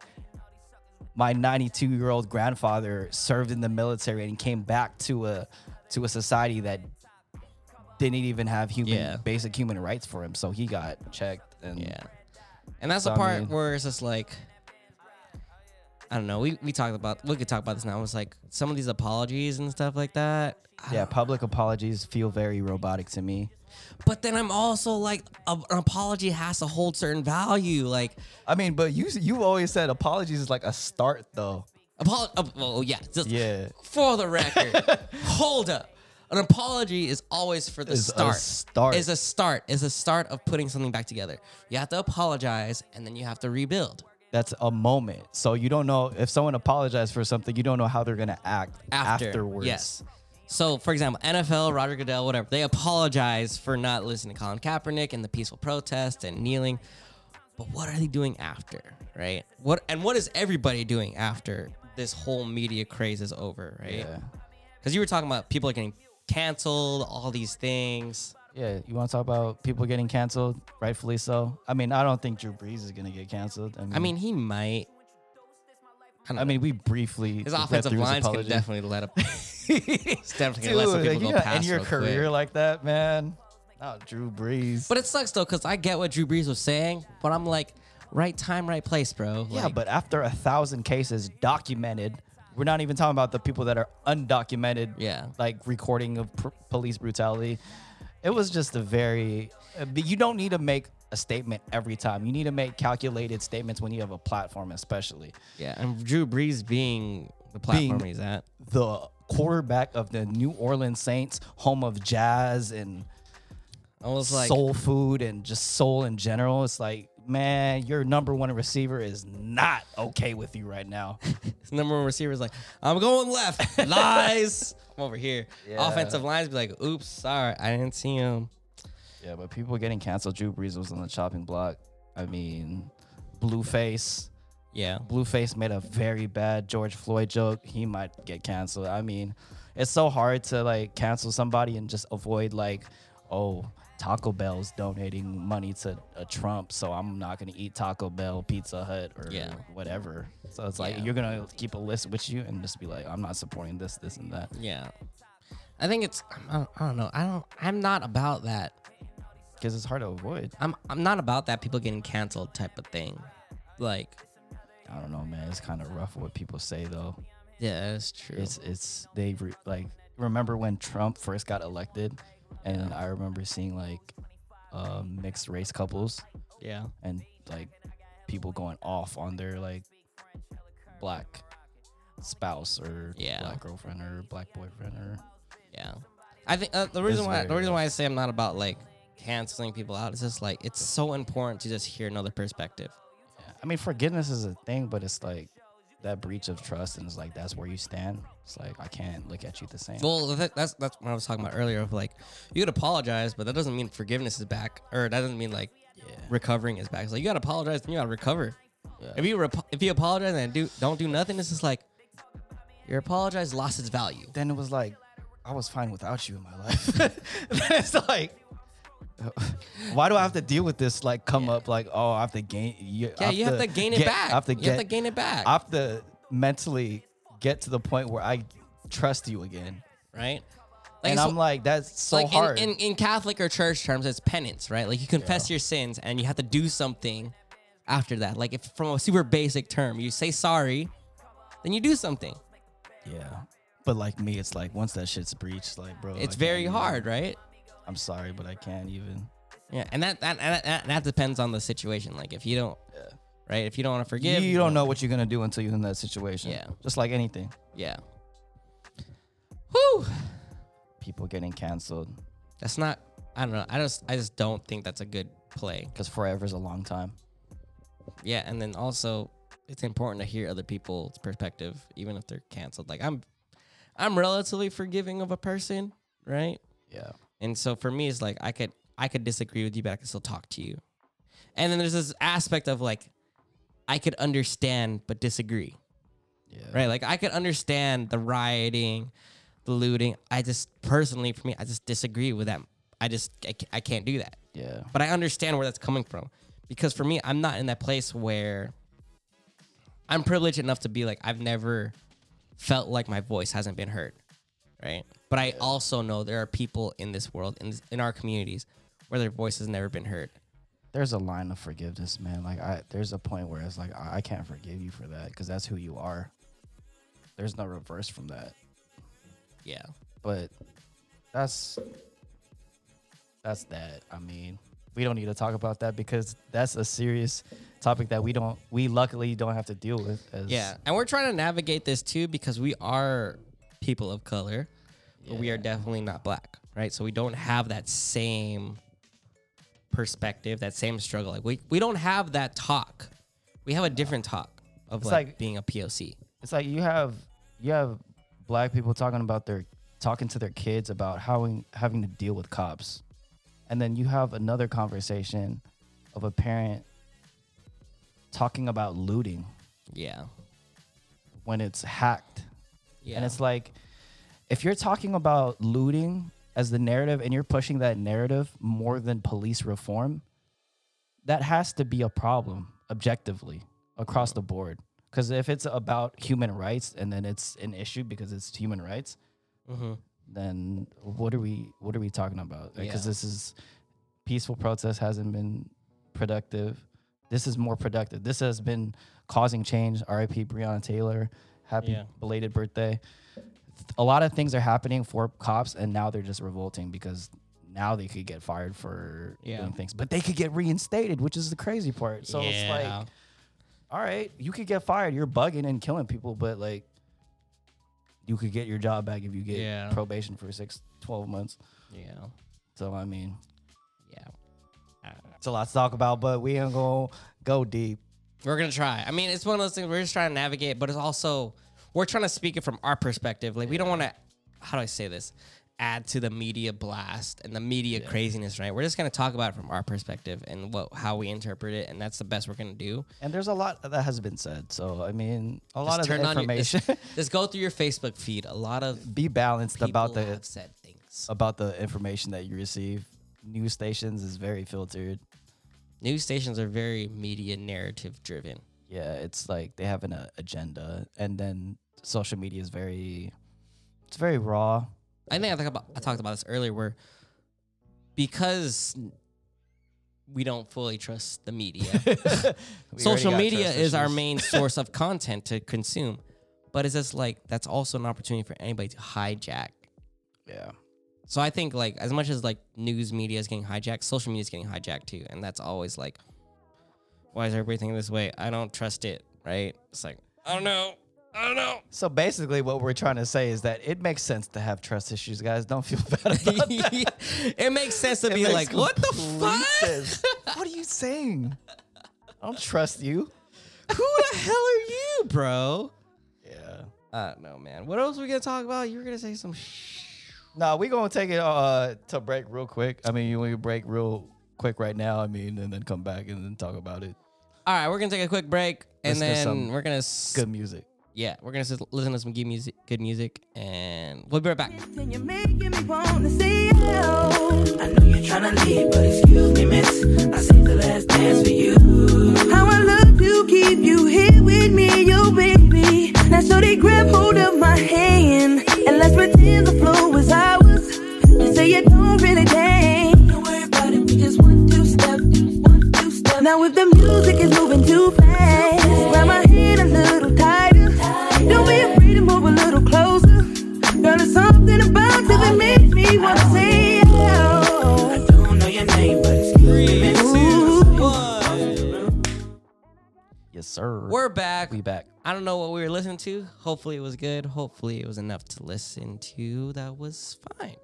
[SPEAKER 3] my 92 year old grandfather served in the military and came back to a to a society that didn't even have human
[SPEAKER 1] Yeah.
[SPEAKER 3] basic human rights for him. So he got checked and
[SPEAKER 1] Yeah. And that's
[SPEAKER 3] So,
[SPEAKER 1] the
[SPEAKER 3] I
[SPEAKER 1] part
[SPEAKER 3] mean-
[SPEAKER 1] where it's just like I don't know. We we talked about we could talk about this now. It's like some of these apologies and stuff like that. I
[SPEAKER 3] yeah,
[SPEAKER 1] don't-
[SPEAKER 3] public apologies feel very robotic to me.
[SPEAKER 1] But then I'm also like a, an apology has to hold certain value. Like
[SPEAKER 3] I mean, but you you always said apologies is like a start though.
[SPEAKER 1] apol uh, oh yeah. just
[SPEAKER 3] Yeah.
[SPEAKER 1] For the record. hold up. An apology is always for the
[SPEAKER 3] Is a
[SPEAKER 1] start.
[SPEAKER 3] start.
[SPEAKER 1] Is a start. Is a start of putting something back together. You have to apologize and then you have to rebuild.
[SPEAKER 3] That's a moment. So you don't know if someone apologized for something, you don't know how they're gonna act
[SPEAKER 1] after,
[SPEAKER 3] afterwards.
[SPEAKER 1] Yes. So, for example, NFL, Roger Goodell, whatever, they apologize for not listening to Colin Kaepernick and the peaceful protest and kneeling. But what are they doing after, right? What and what is everybody doing after this whole media craze is over, right?
[SPEAKER 3] Yeah.
[SPEAKER 1] Because you were talking about people are getting canceled, all these things.
[SPEAKER 3] Yeah. You want to talk about people getting canceled? Rightfully so. I mean, I don't think Drew Brees is gonna get canceled. I mean,
[SPEAKER 1] I mean, he might.
[SPEAKER 3] I mean, we briefly
[SPEAKER 1] His
[SPEAKER 3] read
[SPEAKER 1] offensive
[SPEAKER 3] through his
[SPEAKER 1] lines can
[SPEAKER 3] apology.
[SPEAKER 1] definitely let up. it's definitely gonna let some people
[SPEAKER 3] Dude, like, you
[SPEAKER 1] go
[SPEAKER 3] know,
[SPEAKER 1] past
[SPEAKER 3] in your
[SPEAKER 1] real quick.
[SPEAKER 3] career like that, man. Not Drew Brees.
[SPEAKER 1] But it sucks though, because I get what Drew Brees was saying, but I'm like, right time, right place, bro.
[SPEAKER 3] Yeah,
[SPEAKER 1] Like,
[SPEAKER 3] but after a thousand cases documented, we're not even talking about the people that are undocumented.
[SPEAKER 1] Yeah.
[SPEAKER 3] like recording of pr- police brutality. It was just a very. uh, but You don't need to make a statement every time. You need to make calculated statements when you have a platform, especially
[SPEAKER 1] yeah, and Drew Brees being the platform
[SPEAKER 3] Being-
[SPEAKER 1] he's at.
[SPEAKER 3] the quarterback of the New Orleans Saints, home of jazz and
[SPEAKER 1] I was like,
[SPEAKER 3] soul food and just soul in general. It's like, man, your number one receiver is not okay with you right now.
[SPEAKER 1] his number one receiver is like, I'm going left. Lies. I'm over here. Offensive lines be like, oops, sorry, I didn't see him.
[SPEAKER 3] Yeah, but people getting canceled. Drew Brees was on the chopping block. I mean, Blueface.
[SPEAKER 1] Yeah.
[SPEAKER 3] Blueface made a very bad George Floyd joke. He might get canceled. I mean, it's so hard to like cancel somebody and just avoid like, oh, Taco Bell's donating money to a Trump, so I'm not gonna eat Taco Bell, Pizza Hut, or
[SPEAKER 1] Yeah.
[SPEAKER 3] whatever. So it's like
[SPEAKER 1] Yeah.
[SPEAKER 3] you're gonna keep a list with you and just be like, I'm not supporting this, this, and that.
[SPEAKER 1] Yeah. I think it's I don't, I don't know. I don't I'm not about that.
[SPEAKER 3] Because it's hard to avoid.
[SPEAKER 1] I'm I'm not about that people getting canceled type of thing. Like,
[SPEAKER 3] I don't know, man. It's kind of rough what people say though.
[SPEAKER 1] yeah, that's true.
[SPEAKER 3] it's it's they re, like remember when Trump first got elected, and I remember seeing like um, mixed race couples
[SPEAKER 1] yeah.
[SPEAKER 3] and like people going off on their like black spouse or
[SPEAKER 1] Yeah.
[SPEAKER 3] black girlfriend or black boyfriend or
[SPEAKER 1] Yeah, I think uh, the
[SPEAKER 3] This
[SPEAKER 1] reason
[SPEAKER 3] is
[SPEAKER 1] why
[SPEAKER 3] very
[SPEAKER 1] the reason
[SPEAKER 3] rough.
[SPEAKER 1] why I say I'm not about like canceling people out is just like it's so important to just hear another perspective.
[SPEAKER 3] yeah. I mean forgiveness is a thing, but it's like that breach of trust and it's like that's where you stand. It's like I can't look at you the same.
[SPEAKER 1] Well, that, that's that's what I was talking about earlier of like you could apologize, but that doesn't mean forgiveness is back, or that doesn't mean like recovering is back. It's like you gotta apologize and you gotta recover. If you rep- if you apologize and do don't do nothing, it's just like your apologize lost its value.
[SPEAKER 3] then it was like I was fine without you in my life. Then it's like why do I have to deal with this? Like, come up, like, oh, I have to gain. You, I
[SPEAKER 1] Yeah, you have to gain it
[SPEAKER 3] get-
[SPEAKER 1] back.
[SPEAKER 3] I have to
[SPEAKER 1] You
[SPEAKER 3] get.
[SPEAKER 1] have to gain it back.
[SPEAKER 3] I have to mentally get to the point where I trust you again.
[SPEAKER 1] right?
[SPEAKER 3] and
[SPEAKER 1] it's-
[SPEAKER 3] I'm like, that's so
[SPEAKER 1] like in-
[SPEAKER 3] hard.
[SPEAKER 1] In, in, Catholic or church terms, it's penance, right? Like you confess your sins and you have to do something after that. Like if from a super basic term, you say sorry, then you do something.
[SPEAKER 3] yeah. But like me, it's like once that shit's breached, like, bro, I
[SPEAKER 1] It's
[SPEAKER 3] can't
[SPEAKER 1] very
[SPEAKER 3] even.
[SPEAKER 1] hard, right?
[SPEAKER 3] I'm sorry, but I can't even.
[SPEAKER 1] Yeah, and that that, and that and that depends on the situation. Like if you don't, right? If you don't want to
[SPEAKER 3] You,
[SPEAKER 1] forgive,
[SPEAKER 3] you don't know what you're gonna do until you're in that situation.
[SPEAKER 1] Yeah.
[SPEAKER 3] Just like anything,
[SPEAKER 1] Yeah. Whew.
[SPEAKER 3] people getting canceled
[SPEAKER 1] That's not. I don't know. I just I just don't think that's a good play.
[SPEAKER 3] because forever is a long time.
[SPEAKER 1] Yeah, and then also it's important to hear other people's perspective, even if they're canceled. Like I'm, I'm relatively forgiving of a person, right?
[SPEAKER 3] Yeah.
[SPEAKER 1] And so for me, it's like I could I could disagree with you, but I could still talk to you. And then there's this aspect of like I could understand but disagree,
[SPEAKER 3] Yeah.
[SPEAKER 1] right? Like I could understand the rioting, the looting. I just personally, for me, I just disagree with that. I just I, ca- I can't do that.
[SPEAKER 3] Yeah.
[SPEAKER 1] But I understand where that's coming from because for me, I'm not in that place where I'm privileged enough to be like I've never felt like my voice hasn't been heard, right? But I also know there are people in this world in this, in our communities where their voice has never been heard.
[SPEAKER 3] There's a line of forgiveness, man. Like I, there's a point where it's like I, I can't forgive you for that because that's who you are. There's no reverse from that.
[SPEAKER 1] Yeah.
[SPEAKER 3] but that's that's that i mean we don't need to talk about that because that's a serious topic that we don't we luckily don't have to deal with as
[SPEAKER 1] Yeah, and we're trying to navigate this too because we are people of color, but we are definitely not black, right? So we don't have that same perspective, that same struggle. Like we we don't have that talk. We have a different talk of
[SPEAKER 3] It's
[SPEAKER 1] like,
[SPEAKER 3] like-
[SPEAKER 1] being a POC.
[SPEAKER 3] it's like you have you have black people talking about their talking to their kids about how having to deal with cops and then you have another conversation of a parent talking about looting
[SPEAKER 1] Yeah.
[SPEAKER 3] when it's hacked
[SPEAKER 1] Yeah.
[SPEAKER 3] And it's like, if you're talking about looting as the narrative and you're pushing that narrative more than police reform, that has to be a problem objectively across the board. Because if it's about human rights and then it's an issue because it's human rights,
[SPEAKER 1] Mm-hmm.
[SPEAKER 3] then what are we what are we talking about? Because
[SPEAKER 1] Yeah.
[SPEAKER 3] this is peaceful protest hasn't been productive. This is more productive. This has been causing change. R.I.P. Breonna Taylor. Happy
[SPEAKER 1] Yeah.
[SPEAKER 3] belated birthday. A lot of things are happening for cops, and now they're just revolting because now they could get fired for
[SPEAKER 1] Yeah.
[SPEAKER 3] doing things, but they could get reinstated, which is the crazy part. So it's
[SPEAKER 1] Yeah.
[SPEAKER 3] like, all right, you could get fired. You're bugging and killing people, but like, you could get your job back if you get
[SPEAKER 1] Yeah.
[SPEAKER 3] probation for six, 12 months.
[SPEAKER 1] yeah.
[SPEAKER 3] So I mean,
[SPEAKER 1] Yeah.
[SPEAKER 3] it's a lot to talk about, but we ain't gonna go deep.
[SPEAKER 1] We're gonna try. I mean, it's one of those things we're just trying to navigate, but it's also we're trying to speak it from our perspective. Like we don't want to. How do I say this? Add to the media blast and the media craziness, right? We're just gonna talk about it from our perspective and what how we interpret it, and that's the best we're gonna do.
[SPEAKER 3] And there's a lot that has been said. So I mean, a lot
[SPEAKER 1] Just
[SPEAKER 3] of the
[SPEAKER 1] on your- just-
[SPEAKER 3] information.
[SPEAKER 1] just, go through your Facebook feed. A lot of
[SPEAKER 3] be balanced
[SPEAKER 1] people
[SPEAKER 3] about the
[SPEAKER 1] have said things.
[SPEAKER 3] about the information that you receive. News stations is very filtered.
[SPEAKER 1] News stations are very media narrative driven.
[SPEAKER 3] Yeah, it's like they have an uh, agenda, and then social media is very, it's very raw.
[SPEAKER 1] I think I talked about I talked about this earlier, where because we don't fully trust the media,
[SPEAKER 3] We
[SPEAKER 1] social
[SPEAKER 3] already got
[SPEAKER 1] media
[SPEAKER 3] trust
[SPEAKER 1] is our
[SPEAKER 3] issues.
[SPEAKER 1] main source of content to consume. But it's just like that's also an opportunity for anybody to hijack.
[SPEAKER 3] Yeah,
[SPEAKER 1] So I think like as much as like news media is getting hijacked, social media is getting hijacked too, and that's always like, why is everybody thinking this way? I don't trust it. Right? It's like I don't know. I don't know.
[SPEAKER 3] So basically, what we're trying to say is that it makes sense to have trust issues, guys. Don't feel bad about it.
[SPEAKER 1] it makes sense to
[SPEAKER 3] It
[SPEAKER 1] be
[SPEAKER 3] makes
[SPEAKER 1] like, what the
[SPEAKER 3] complete
[SPEAKER 1] fuck?
[SPEAKER 3] sense. what are you saying? I don't trust you.
[SPEAKER 1] Who the hell are you, bro?
[SPEAKER 3] Yeah.
[SPEAKER 1] I don't know, Uh, man. What else are we gonna talk about? You were gonna say some sh-
[SPEAKER 3] No, we gonna take it uh to break real quick. I mean, you want to break real quick right now. I mean, and then come back and then talk about it.
[SPEAKER 1] All right, we're gonna take a quick break, and
[SPEAKER 3] Listen to
[SPEAKER 1] then
[SPEAKER 3] some
[SPEAKER 1] we're gonna s-
[SPEAKER 3] Good music.
[SPEAKER 1] yeah, we're gonna s- listen to some good music, good music, and we'll be right back.
[SPEAKER 5] Can you make me wanna see you?
[SPEAKER 4] I know you're tryna leave, but excuse me, miss. I saved the last dance for you.
[SPEAKER 5] How I love to keep you here with me, yo baby. Now so they grab hold of my hand and let's pretend the flow was ours. You say you don't really dance.
[SPEAKER 4] Don't worry about it, we just one, two step, one, two step.
[SPEAKER 5] Now if the music is moving too fast, grab my hand a little tighter. Don't be afraid to move a little closer. Girl, there's something about you that makes me wanna see
[SPEAKER 4] I
[SPEAKER 5] you.
[SPEAKER 4] don't know your name, but excuse me, miss.
[SPEAKER 3] Yes, sir.
[SPEAKER 1] We're back.
[SPEAKER 3] be back.
[SPEAKER 1] I don't know what we were listening to. Hopefully, it was good. Hopefully, it was enough to listen to. That was fine.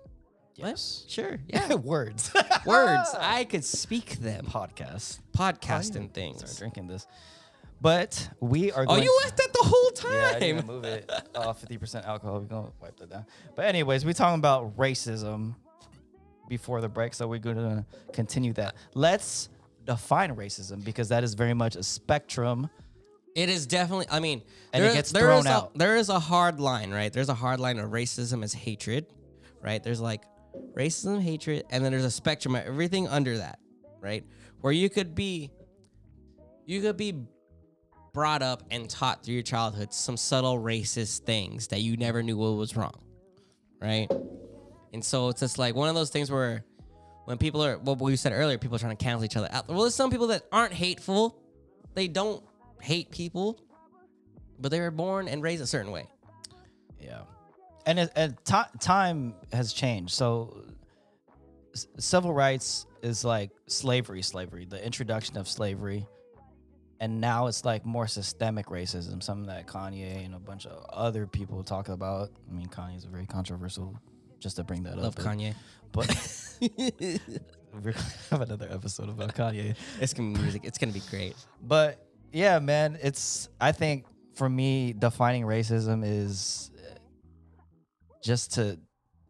[SPEAKER 1] What?
[SPEAKER 3] Yes.
[SPEAKER 1] Sure. Yeah.
[SPEAKER 3] Words.
[SPEAKER 1] Words. I could speak them.
[SPEAKER 3] Podcast.
[SPEAKER 1] Podcasting
[SPEAKER 3] Start
[SPEAKER 1] things.
[SPEAKER 3] drinking this. But we are.
[SPEAKER 1] Oh,
[SPEAKER 3] Going
[SPEAKER 1] you left that the whole
[SPEAKER 3] Yeah, I didn't
[SPEAKER 1] time.
[SPEAKER 3] move it. Oh, 50% alcohol. We're going to wipe that down. But, anyways, we're talking about racism before the break. So, we're going to continue that. Let's define racism because that is very much a spectrum
[SPEAKER 1] It is definitely. I mean,
[SPEAKER 3] And it
[SPEAKER 1] there-
[SPEAKER 3] gets
[SPEAKER 1] there
[SPEAKER 3] thrown
[SPEAKER 1] is
[SPEAKER 3] out.
[SPEAKER 1] A, there is a hard line, right? There's a hard line of racism is hatred, right? There's like racism, hatred, and then there's a spectrum of everything under that, right? Where you could be, you could be brought up and taught through your childhood some subtle racist things that you never knew what was wrong, right? And so it's just like one of those things where when people are what we said earlier, people are trying to cancel each other out. Well, there's some people that aren't hateful. They don't hate people, but they were born and raised a certain way.
[SPEAKER 3] Yeah, and it, and ti time has changed. So s- civil rights is like slavery, slavery, the introduction of slavery, and now it's like more systemic racism, something that Kanye and a bunch of other people talk about. I mean, Kanye's very controversial. Just to bring that
[SPEAKER 1] Love
[SPEAKER 3] up, but-
[SPEAKER 1] Kanye.
[SPEAKER 3] But we're gonna have another episode about Kanye.
[SPEAKER 1] It's gonna be music. It's gonna be great.
[SPEAKER 3] But yeah, man, it's I think for me defining racism is uh, just to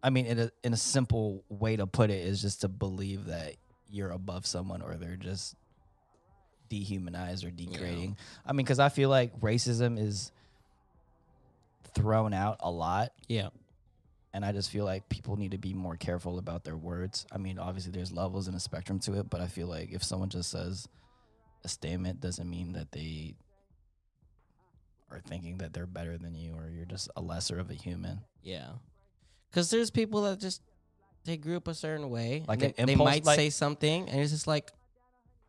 [SPEAKER 3] I mean in a in a simple way to put it is just to believe that you're above someone or they're just dehumanized or degrading. I mean cuz I feel like racism is thrown out a lot
[SPEAKER 1] Yeah.
[SPEAKER 3] and I just feel like people need to be more careful about their words. I mean, obviously there's levels and a spectrum to it, but I feel like if someone just says a statement doesn't mean that they are thinking that they're better than you or you're just a lesser of a human.
[SPEAKER 1] Yeah. Cause there's people that just they grew up a certain way.
[SPEAKER 3] Like
[SPEAKER 1] and they,
[SPEAKER 3] an
[SPEAKER 1] they
[SPEAKER 3] impulse,
[SPEAKER 1] might
[SPEAKER 3] like-
[SPEAKER 1] say something and it's just like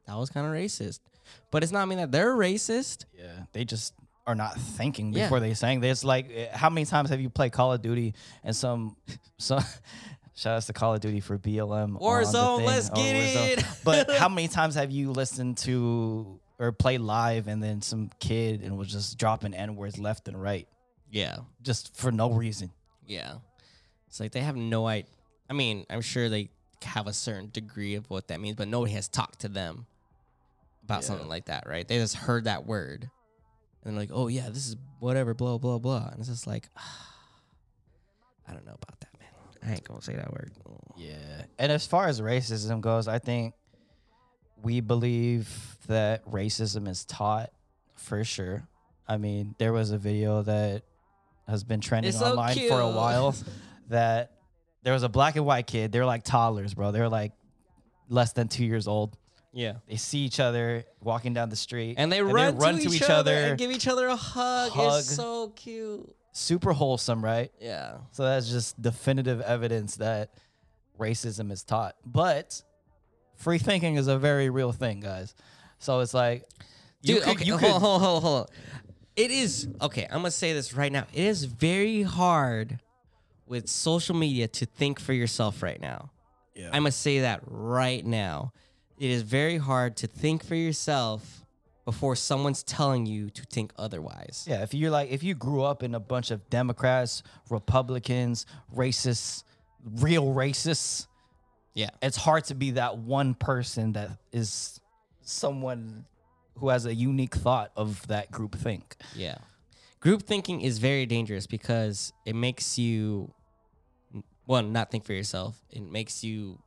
[SPEAKER 1] that was kind of racist. But it's not mean that they're racist.
[SPEAKER 3] Yeah. They just are not thinking
[SPEAKER 1] Yeah.
[SPEAKER 3] before they saying this. Like eh, how many times have you played Call of Duty and some some shout outs to Call of Duty for BLM. on the
[SPEAKER 1] Warzone,
[SPEAKER 3] thing,
[SPEAKER 1] let's
[SPEAKER 3] or
[SPEAKER 1] get
[SPEAKER 3] Warzone.
[SPEAKER 1] it.
[SPEAKER 3] But how many times have you listened to or played live and then some kid and was just dropping N words left and right
[SPEAKER 1] Yeah.
[SPEAKER 3] just for no reason?
[SPEAKER 1] Yeah. It's like they have no idea. I mean, I'm sure they have a certain degree of what that means, but nobody has talked to them about something like that, right? They just heard that word and they're like, oh, yeah, this is whatever, blah, blah, blah. And it's just like, I don't know about that, man. I ain't going to say that word.
[SPEAKER 3] Yeah. And as far as racism goes, I think we believe that racism is taught for sure. I mean, there was a video that has been trending
[SPEAKER 1] It's so
[SPEAKER 3] online for a
[SPEAKER 1] cute.
[SPEAKER 3] while that there was a black and white kid. They're like toddlers, bro. They're like less than two years old.
[SPEAKER 1] Yeah.
[SPEAKER 3] They see each other walking down the street
[SPEAKER 1] And they run, to, each, other, and give each other a hug.
[SPEAKER 3] Hug.
[SPEAKER 1] It's so cute.
[SPEAKER 3] super wholesome, right?
[SPEAKER 1] Yeah.
[SPEAKER 3] So that's just definitive evidence that racism is taught. But free thinking is a very real thing, guys. So it's like, you
[SPEAKER 1] Dude,
[SPEAKER 3] could-
[SPEAKER 1] okay,
[SPEAKER 3] you
[SPEAKER 1] hold,
[SPEAKER 3] could-
[SPEAKER 1] on, hold, on, hold, on, hold on. It is okay. I'm gonna say this right now. It is very hard with social media to think for yourself right now. Yeah. I'm gonna say that right now. It is very hard to think for yourself before someone's telling you to think otherwise.
[SPEAKER 3] yeah, if you're like, if you grew up in a bunch of Democrats, Republicans, racists, real racists,
[SPEAKER 1] Yeah.
[SPEAKER 3] it's hard to be that one person that is someone who has a unique thought of that group think.
[SPEAKER 1] Yeah. Group thinking is very dangerous because it makes you, one, not think for yourself. It makes you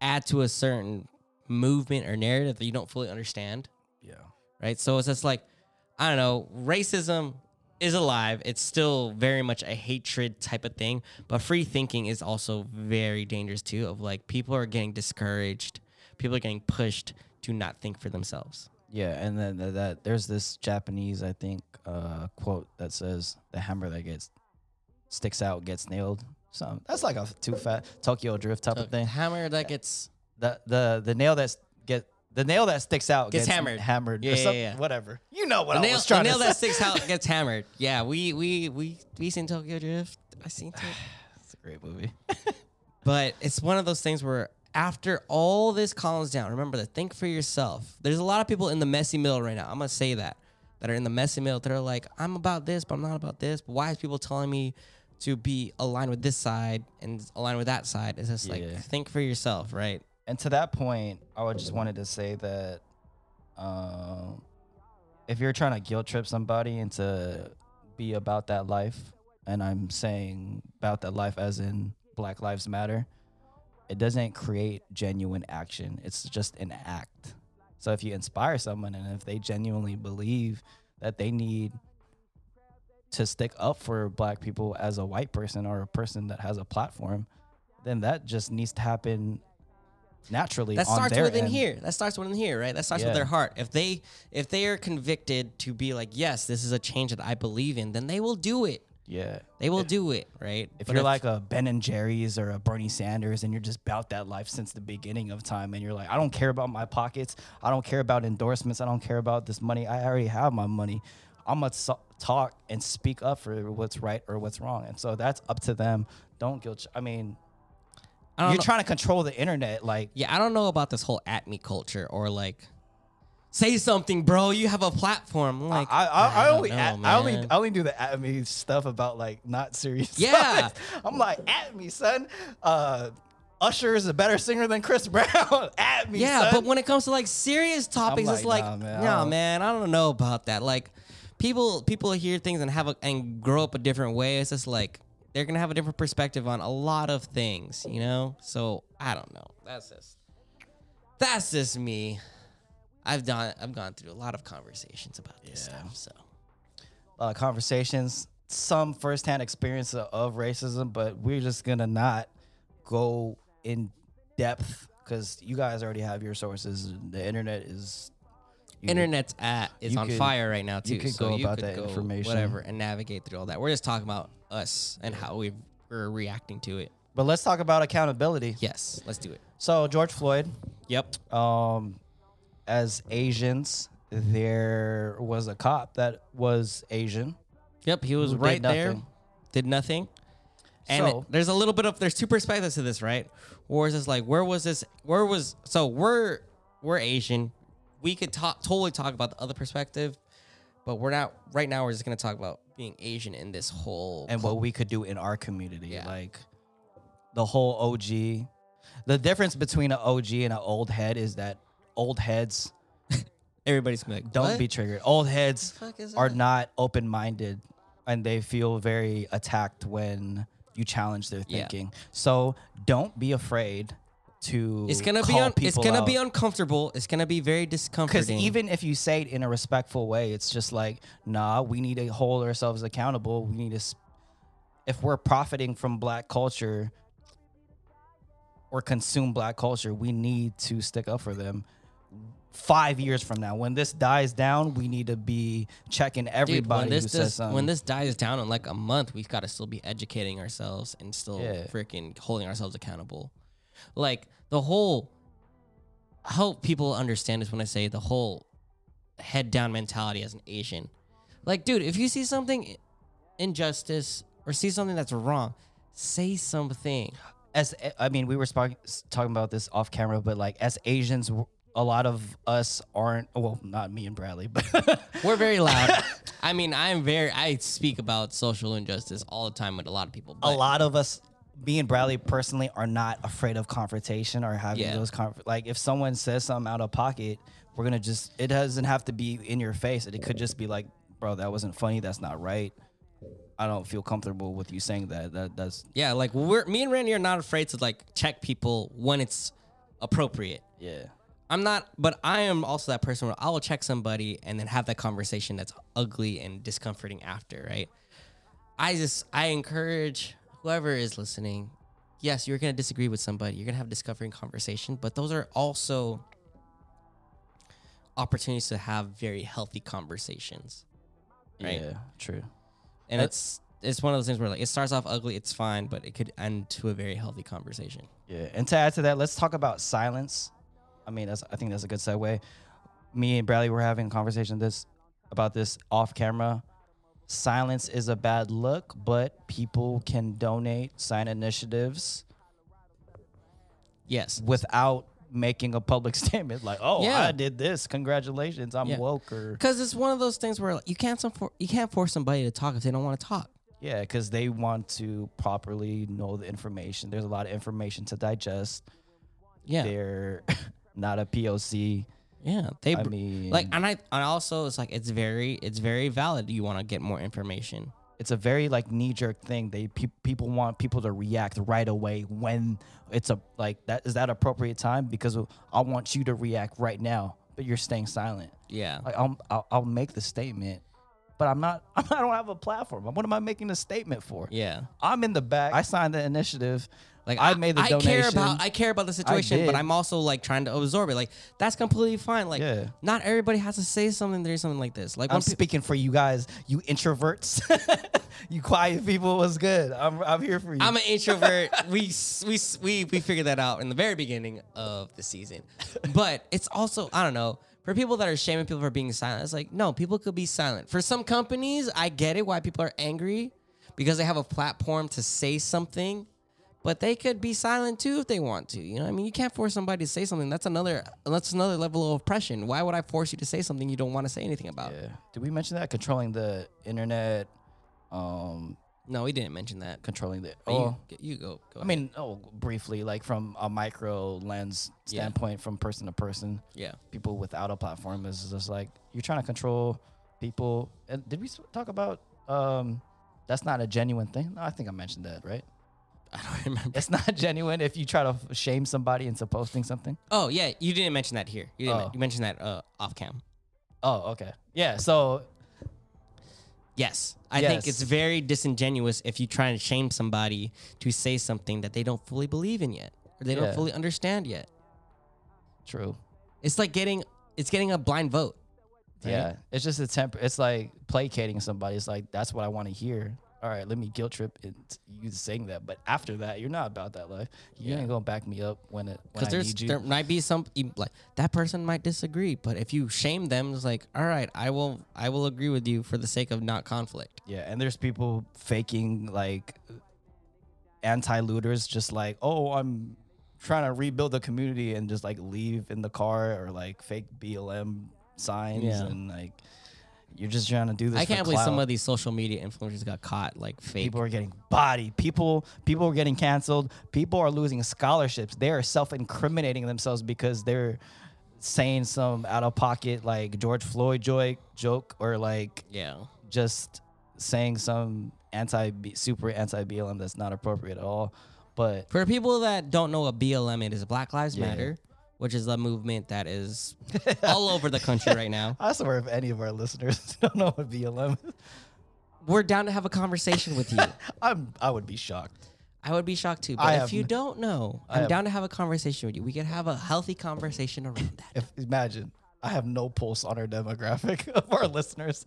[SPEAKER 1] add to a certain movement or narrative that you don't fully understand.
[SPEAKER 3] Yeah.
[SPEAKER 1] Right. So it's just like, I don't know, racism is alive. It's still very much a hatred type of thing. But free thinking is also very dangerous too, of like people are getting discouraged, people are getting pushed to not think for themselves.
[SPEAKER 3] Yeah, and then th- that there's this Japanese I think uh, quote that says the hammer that gets sticks out gets nailed. So that's like a too fat Tokyo drift type of
[SPEAKER 1] The
[SPEAKER 3] thing.
[SPEAKER 1] hammer that gets
[SPEAKER 3] The the the nail that's get the nail that sticks out
[SPEAKER 1] Gets hammered.
[SPEAKER 3] hammered. or
[SPEAKER 1] Yeah, yeah,
[SPEAKER 3] some-
[SPEAKER 1] yeah.
[SPEAKER 3] Whatever. You know what
[SPEAKER 1] The
[SPEAKER 3] I
[SPEAKER 1] nail,
[SPEAKER 3] was trying
[SPEAKER 1] the nail
[SPEAKER 3] to
[SPEAKER 1] that
[SPEAKER 3] say.
[SPEAKER 1] sticks out gets hammered. Yeah, we we we we seen Tokyo Drift. I seen it,
[SPEAKER 3] That's a great movie.
[SPEAKER 1] but it's one of those things where after all this calms down, remember to think for yourself. There's a lot of people in the messy middle right now. I'm gonna say that that are in the messy middle that are like, I'm about this, but I'm not about this. But why is people telling me to be aligned with this side and aligned with that side? It's just
[SPEAKER 3] Yeah.
[SPEAKER 1] like think for yourself, right?
[SPEAKER 3] And to that point, I would just wanted to say that um, if you're trying to guilt trip somebody into be about that life, and I'm saying about that life as in Black Lives Matter, it doesn't create genuine action. It's just an act. So if you inspire someone and if they genuinely believe that they need to stick up for black people as a white person or a person that has a platform, then that just needs to happen naturally.
[SPEAKER 1] That
[SPEAKER 3] on
[SPEAKER 1] starts
[SPEAKER 3] their
[SPEAKER 1] within
[SPEAKER 3] end.
[SPEAKER 1] here. That starts within here, right? That starts with
[SPEAKER 3] Yeah.
[SPEAKER 1] their heart. If they if they are convicted to be like, yes, this is a change that I believe in, then they will do it.
[SPEAKER 3] Yeah.
[SPEAKER 1] They will do it, right?
[SPEAKER 3] If
[SPEAKER 1] But
[SPEAKER 3] you're like a Ben and Jerry's or a Bernie Sanders and you're just about that life since the beginning of time and you're like, I don't care about my pockets. I don't care about endorsements. I don't care about this money. I already have my money. I'm going to talk and speak up for what's right or what's wrong. And so that's up to them. Don't guilt. I mean,
[SPEAKER 1] I don't
[SPEAKER 3] you're
[SPEAKER 1] know-
[SPEAKER 3] trying to control the internet. Like,
[SPEAKER 1] Yeah, I don't know about this whole at me culture or like say something, bro. You have a platform. I'm Like
[SPEAKER 3] I, I, I
[SPEAKER 1] don't
[SPEAKER 3] only
[SPEAKER 1] know,
[SPEAKER 3] at- I only
[SPEAKER 1] man.
[SPEAKER 3] I only do the at me stuff about like not serious.
[SPEAKER 1] Yeah.
[SPEAKER 3] topics. I'm like at me, son. Uh, Usher is a better singer than Chris Brown. at me,
[SPEAKER 1] yeah,
[SPEAKER 3] son.
[SPEAKER 1] but when it comes to like serious topics, it's
[SPEAKER 3] like,
[SPEAKER 1] like,
[SPEAKER 3] nah,
[SPEAKER 1] no,
[SPEAKER 3] man,
[SPEAKER 1] man,
[SPEAKER 3] I don't-
[SPEAKER 1] I don't know about that. Like, people people hear things and have a, and grow up a different way. It's just like they're gonna have a different perspective on a lot of things, you know. So I don't know. That's just that's just me. I've done I've gone through a lot of conversations about this stuff. So
[SPEAKER 3] uh, conversations, some firsthand experience of, of racism, but we're just gonna not go in depth because you guys already have your sources. The internet is you-
[SPEAKER 1] internet's at is
[SPEAKER 3] you
[SPEAKER 1] on
[SPEAKER 3] could-
[SPEAKER 1] fire right now too.
[SPEAKER 3] you could
[SPEAKER 1] so
[SPEAKER 3] go
[SPEAKER 1] you
[SPEAKER 3] about
[SPEAKER 1] could
[SPEAKER 3] that
[SPEAKER 1] go
[SPEAKER 3] information.
[SPEAKER 1] whatever, and navigate through all that. We're just talking about us and how we we're reacting to it.
[SPEAKER 3] But let's talk about accountability.
[SPEAKER 1] Yes, let's do it.
[SPEAKER 3] So George Floyd,
[SPEAKER 1] Yep.
[SPEAKER 3] um, as Asians, there was a cop that was Asian.
[SPEAKER 1] Yep, he was
[SPEAKER 3] Who did
[SPEAKER 1] right there.
[SPEAKER 3] nothing.
[SPEAKER 1] Did nothing. And
[SPEAKER 3] So-
[SPEAKER 1] there's a little bit of there's two perspectives to this, right? Or is this like where was this where was so we're we're Asian. We could talk totally talk about the other perspective, but we're not right now we're just gonna talk about being Asian in this whole
[SPEAKER 3] and what we could do in our community.
[SPEAKER 1] Yeah.
[SPEAKER 3] Like the whole OG. The difference between an OG and an old head is that old heads
[SPEAKER 1] everybody's gonna be like
[SPEAKER 3] don't
[SPEAKER 1] "What?"
[SPEAKER 3] be triggered. Old heads
[SPEAKER 1] fuck is
[SPEAKER 3] are
[SPEAKER 1] that?
[SPEAKER 3] not open minded and they feel very attacked when you challenge their
[SPEAKER 1] Yeah.
[SPEAKER 3] thinking. So don't be afraid to
[SPEAKER 1] it's gonna be
[SPEAKER 3] call
[SPEAKER 1] un, it's
[SPEAKER 3] people
[SPEAKER 1] gonna
[SPEAKER 3] out.
[SPEAKER 1] be uncomfortable. It's gonna be very
[SPEAKER 3] Because
[SPEAKER 1] discomforting.
[SPEAKER 3] even if you say it in a respectful way, it's just like, nah, we need to hold ourselves accountable. We need to, s- if we're profiting from black culture or consume black culture, we need to stick up for them. Five years from now, when this dies down, we need to be checking
[SPEAKER 1] Dude,
[SPEAKER 3] everybody
[SPEAKER 1] when this,
[SPEAKER 3] who says
[SPEAKER 1] does-
[SPEAKER 3] something.
[SPEAKER 1] when this dies down in like a month, we've got to still be educating ourselves and still
[SPEAKER 3] Yeah.
[SPEAKER 1] freaking holding ourselves accountable. Like the whole, I hope people understand this when I say the whole head down mentality as an Asian. Like, dude, if you see something injustice or see something that's wrong, say something.
[SPEAKER 3] as I mean, we were spark- s- talking about this off camera, but like as Asians, w- a lot of us aren't. Well, not me and Bradley, but
[SPEAKER 1] We're very loud. I mean, I'm very. I speak about social injustice all the time with a lot of people. But
[SPEAKER 3] a lot of us me and Bradley personally are not afraid of confrontation or having
[SPEAKER 1] Yeah.
[SPEAKER 3] those conf- like if someone says something out of pocket, we're gonna just it doesn't have to be in your face. It could just be like, bro, that wasn't funny. That's not right. I don't feel comfortable with you saying that. That that's
[SPEAKER 1] Yeah, like we're me and Randy are not afraid to like check people when it's appropriate.
[SPEAKER 3] yeah.
[SPEAKER 1] I'm not, but I am also that person where I will check somebody and then have that conversation that's ugly and discomforting after, right? I just I encourage whoever is listening. Yes, you're gonna disagree with somebody. You're gonna have a discovering conversation, but those are also opportunities to have very healthy conversations. Right.
[SPEAKER 3] Yeah, true.
[SPEAKER 1] And
[SPEAKER 3] Uh,
[SPEAKER 1] it's it's one of those things where like it starts off ugly, it's fine, but it could end to a very healthy conversation.
[SPEAKER 3] Yeah, and to add to that, let's talk about silence. I mean, that's I think that's a good segue. Me and Bradley were having a conversation this about this off camera. Silence is a bad look, but people can donate, sign initiatives
[SPEAKER 1] Yes.
[SPEAKER 3] without making a public statement like, "Oh,
[SPEAKER 1] Yeah.
[SPEAKER 3] I did this. Congratulations, I'm
[SPEAKER 1] Yeah.
[SPEAKER 3] woke." Or
[SPEAKER 1] Because it's one of those things where like, you can't some for, you can't force somebody to talk if they don't want to talk.
[SPEAKER 3] yeah, because they want to properly know the information. There's a lot of information to digest.
[SPEAKER 1] Yeah,
[SPEAKER 3] They're not a POC.
[SPEAKER 1] yeah. They
[SPEAKER 3] I
[SPEAKER 1] br-
[SPEAKER 3] mean,
[SPEAKER 1] like, and I, I also it's like it's very it's very valid. You want to get more information.
[SPEAKER 3] it's a very like knee jerk thing. They pe- people want people to react right away when it's a like that is that appropriate time because I want you to react right now. but you're staying silent.
[SPEAKER 1] Yeah.
[SPEAKER 3] Like I'll, I'll, I'll make the statement, but I'm not. I don't have a platform. What am I making a statement for?
[SPEAKER 1] Yeah.
[SPEAKER 3] I'm in the back. I signed the initiative.
[SPEAKER 1] Like
[SPEAKER 3] I made the
[SPEAKER 1] I
[SPEAKER 3] donation.
[SPEAKER 1] care about I care about the situation, but
[SPEAKER 3] did.
[SPEAKER 1] I'm also like trying to absorb it. Like that's completely fine. Like
[SPEAKER 3] Yeah.
[SPEAKER 1] not everybody has to say something or something like this. Like
[SPEAKER 3] I'm
[SPEAKER 1] when pe-
[SPEAKER 3] speaking for you guys, you introverts, you quiet people. What's good? I'm, I'm here for you.
[SPEAKER 1] I'm an introvert. we, s- we s- we we figured that out in the very beginning of the season. But it's also I don't know for people that are shaming people for being silent. It's like no, people could be silent. For some companies, I get it why people are angry because they have a platform to say something, but they could be silent too if they want to. You know, what I mean, you can't force somebody to say something. That's another that's another level of oppression. Why would I force you to say something you don't want to say anything about?
[SPEAKER 3] yeah. Did we mention that controlling the internet? Um,
[SPEAKER 1] No, we didn't mention that.
[SPEAKER 3] controlling the.
[SPEAKER 1] But you-
[SPEAKER 3] Oh,
[SPEAKER 1] you, go. go
[SPEAKER 3] I mean, oh, briefly, like from a micro lens
[SPEAKER 1] Yeah.
[SPEAKER 3] standpoint, from person to person.
[SPEAKER 1] yeah.
[SPEAKER 3] people without a platform is just like you're trying to control people. And did we s- talk about um that's not a genuine thing? No, I think I mentioned that, right?
[SPEAKER 1] I don't remember.
[SPEAKER 3] It's not genuine if you try to f- shame somebody into posting something.
[SPEAKER 1] Oh yeah, you didn't mention that here. You didn't.
[SPEAKER 3] Oh.
[SPEAKER 1] You mentioned that uh, off cam.
[SPEAKER 3] Oh, okay. Yeah, so
[SPEAKER 1] Yes, I think
[SPEAKER 3] Yes.
[SPEAKER 1] it's very disingenuous if you try and shame somebody to say something that they don't fully believe in yet, or they don't
[SPEAKER 3] Yeah.
[SPEAKER 1] fully understand yet.
[SPEAKER 3] true.
[SPEAKER 1] It's like getting it's getting a blind vote. right?
[SPEAKER 3] Yeah. It's just a temper it's like placating somebody. It's like that's what I want to hear. All right, let me guilt trip and you saying that. But after that, you're not about that life. You
[SPEAKER 1] Yeah.
[SPEAKER 3] ain't gonna back me up when it when
[SPEAKER 1] because
[SPEAKER 3] I
[SPEAKER 1] there's
[SPEAKER 3] need you.
[SPEAKER 1] there might be some you- like that person might disagree, but if you shame them, it's like all right, I will I will agree with you for the sake of not conflict.
[SPEAKER 3] Yeah, and there's people faking like anti looters, just like, oh, I'm trying to rebuild the community and just like leave in the car or like fake BLM signs
[SPEAKER 1] Yeah.
[SPEAKER 3] and like you're just trying to do this.
[SPEAKER 1] I
[SPEAKER 3] for
[SPEAKER 1] can't believe some
[SPEAKER 3] clout.
[SPEAKER 1] of these social media influencers got caught like fake.
[SPEAKER 3] people are getting bodied. People people are getting canceled. People are losing scholarships. They are self incriminating themselves because they're saying some out of pocket like George Floyd joke joke or like
[SPEAKER 1] yeah,
[SPEAKER 3] just saying some anti super anti BLM that's not appropriate at all. But
[SPEAKER 1] For people that don't know what BLM is, Black Lives
[SPEAKER 3] Yeah.
[SPEAKER 1] Matter, which is a movement that is all over the country right now.
[SPEAKER 3] I swear, if any of our listeners don't know what BLM is,
[SPEAKER 1] We're down to have a conversation with you.
[SPEAKER 3] I'm I would be shocked.
[SPEAKER 1] I would be shocked too. But
[SPEAKER 3] I
[SPEAKER 1] if
[SPEAKER 3] have-
[SPEAKER 1] you don't know, I'm
[SPEAKER 3] have-
[SPEAKER 1] down to have a conversation with you. We could have a healthy conversation around that.
[SPEAKER 3] If imagine. I have no pulse on our demographic of our listeners.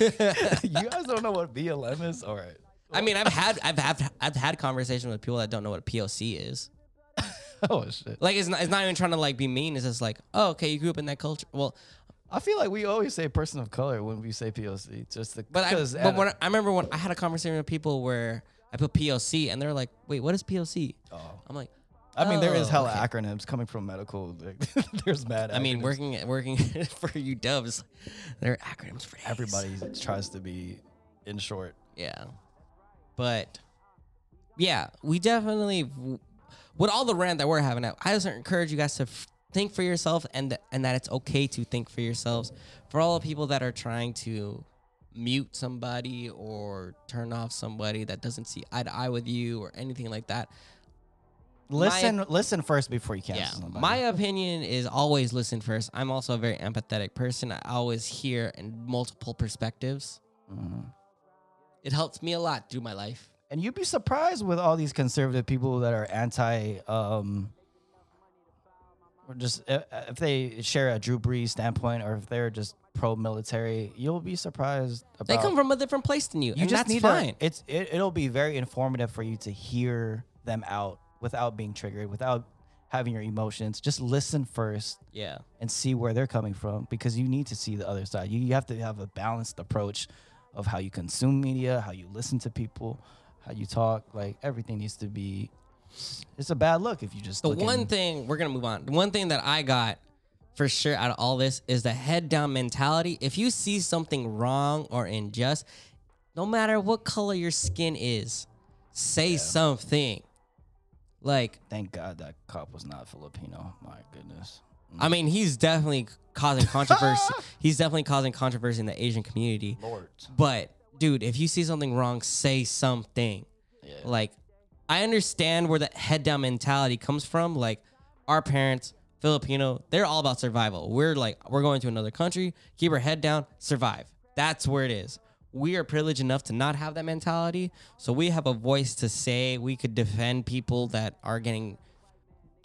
[SPEAKER 3] you guys don't know what BLM is? All right.
[SPEAKER 1] I mean, I've had I've had I've had conversations with people that don't know what POC is.
[SPEAKER 3] Oh shit.
[SPEAKER 1] Like it's not it's not even trying to like be mean. It's just like, oh, okay, you grew up in that culture. Well,
[SPEAKER 3] I feel like we always say person of color when we say POC. Just the,
[SPEAKER 1] But I,
[SPEAKER 3] because
[SPEAKER 1] but
[SPEAKER 3] at-
[SPEAKER 1] when I, I remember when I had a conversation with people where I put POC and they're like, wait, what is POC? I'm like,
[SPEAKER 3] Oh. I mean there is
[SPEAKER 1] oh,
[SPEAKER 3] hella
[SPEAKER 1] okay.
[SPEAKER 3] acronyms coming from medical. Like, there's mad.
[SPEAKER 1] I mean,
[SPEAKER 3] acronyms.
[SPEAKER 1] working working for you dubs, they're acronyms for days.
[SPEAKER 3] everybody tries to be in short.
[SPEAKER 1] Yeah, but yeah, we definitely with all the rant that we're having. I I just encourage you guys to f- think for yourself and th- and that it's okay to think for yourselves. For all the people that are trying to mute somebody or turn off somebody that doesn't see eye to eye with you or anything like that.
[SPEAKER 3] Listen, listen first before you cancel
[SPEAKER 1] Yeah.
[SPEAKER 3] somebody.
[SPEAKER 1] My opinion is always listen first. I'm also a very empathetic person. I always hear and multiple perspectives.
[SPEAKER 3] Mm-hmm.
[SPEAKER 1] It helps me a lot through my life.
[SPEAKER 3] and you'd be surprised with all these conservative people that are anti, um, or just uh, uh, if they share a Drew Brees standpoint or if they're just pro-military, you'll be surprised. About,
[SPEAKER 1] They come from a different place than you,
[SPEAKER 3] You
[SPEAKER 1] and
[SPEAKER 3] just
[SPEAKER 1] that's
[SPEAKER 3] need
[SPEAKER 1] fine.
[SPEAKER 3] To, it's it, it'll be very informative for you to hear them out without being triggered, without having your emotions. Just listen first.
[SPEAKER 1] yeah,
[SPEAKER 3] and see where they're coming from because you need to see the other side. You, you have to have a balanced approach of how you consume media, how you listen to people, how you talk. Like everything needs to be. It's a bad look if you just
[SPEAKER 1] the
[SPEAKER 3] look
[SPEAKER 1] one
[SPEAKER 3] and-
[SPEAKER 1] thing we're gonna move on. The one thing that I got for sure out of all this is the head down mentality. If you see something wrong or unjust, no matter what color your skin is, say something. Like
[SPEAKER 3] Thank God that cop was not Filipino. My goodness.
[SPEAKER 1] I mean, he's definitely causing controversy. he's definitely causing controversy in the Asian community.
[SPEAKER 3] Lord.
[SPEAKER 1] But dude, if you see something wrong, say something. Like, I understand where the head down mentality comes from. Like, our parents, Filipino, they're all about survival. We're like, we're going to another country, keep our head down, survive. That's where it is. We are privileged enough to not have that mentality. So we have a voice to say we could defend people that are getting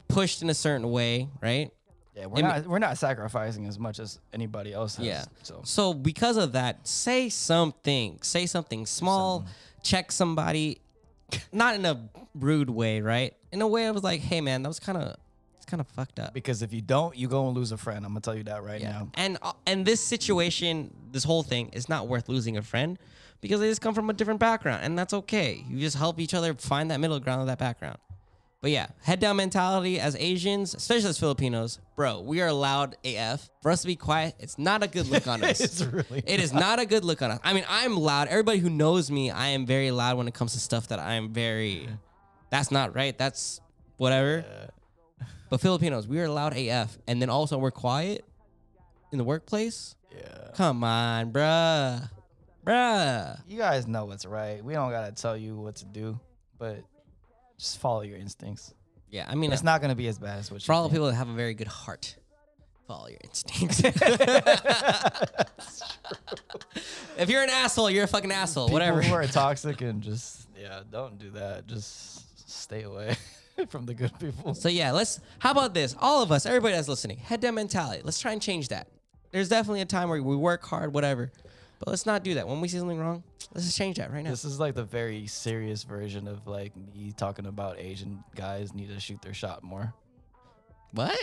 [SPEAKER 1] pushed in a certain way, right?
[SPEAKER 3] Yeah, we're
[SPEAKER 1] I mean-
[SPEAKER 3] not we're not sacrificing as much as anybody else. Has,
[SPEAKER 1] Yeah.
[SPEAKER 3] So
[SPEAKER 1] So because of that, say something. Say something small. Check somebody, not in a rude way, right? In a way, I was like, hey man, that was kind of, it's kind of fucked up.
[SPEAKER 3] because if you don't, you go and lose a friend. I'm gonna tell you that right
[SPEAKER 1] Yeah.
[SPEAKER 3] now.
[SPEAKER 1] And uh, and this situation, this whole thing is not worth losing a friend because they just come from a different background and that's okay. You just help each other find that middle ground of that background. But yeah, head down mentality as Asians, especially as Filipinos, bro, we are loud AF. For us to be quiet, it's not a good look on us.
[SPEAKER 3] It's really
[SPEAKER 1] It is not a good look on us. I mean, I'm loud. Everybody who knows me, I am very loud when it comes to stuff that I am very. That's not right. That's whatever. But Filipinos, we are loud AF, and then also we're quiet in the workplace.
[SPEAKER 3] Yeah.
[SPEAKER 1] Come on, bruh, bruh.
[SPEAKER 3] You guys know what's right. We don't gotta tell you what to do, but just follow your instincts.
[SPEAKER 1] Yeah, I mean,
[SPEAKER 3] It's
[SPEAKER 1] it's not
[SPEAKER 3] not gonna be as bad as what
[SPEAKER 1] for
[SPEAKER 3] you
[SPEAKER 1] all the
[SPEAKER 3] think.
[SPEAKER 1] people that have a very good heart. Follow your instincts. if you're an asshole, you're a fucking asshole. whatever.
[SPEAKER 3] who are toxic and just yeah, don't do that. Just stay away from the good people.
[SPEAKER 1] So yeah, let's. How about this? All of us, everybody that's listening, head down mentality. Let's try and change that. There's definitely a time where we work hard, whatever, but let's not do that. When we see something wrong, let's just change that right now.
[SPEAKER 3] This is like the very serious version of like me talking about Asian guys need to shoot their shot more.
[SPEAKER 1] What?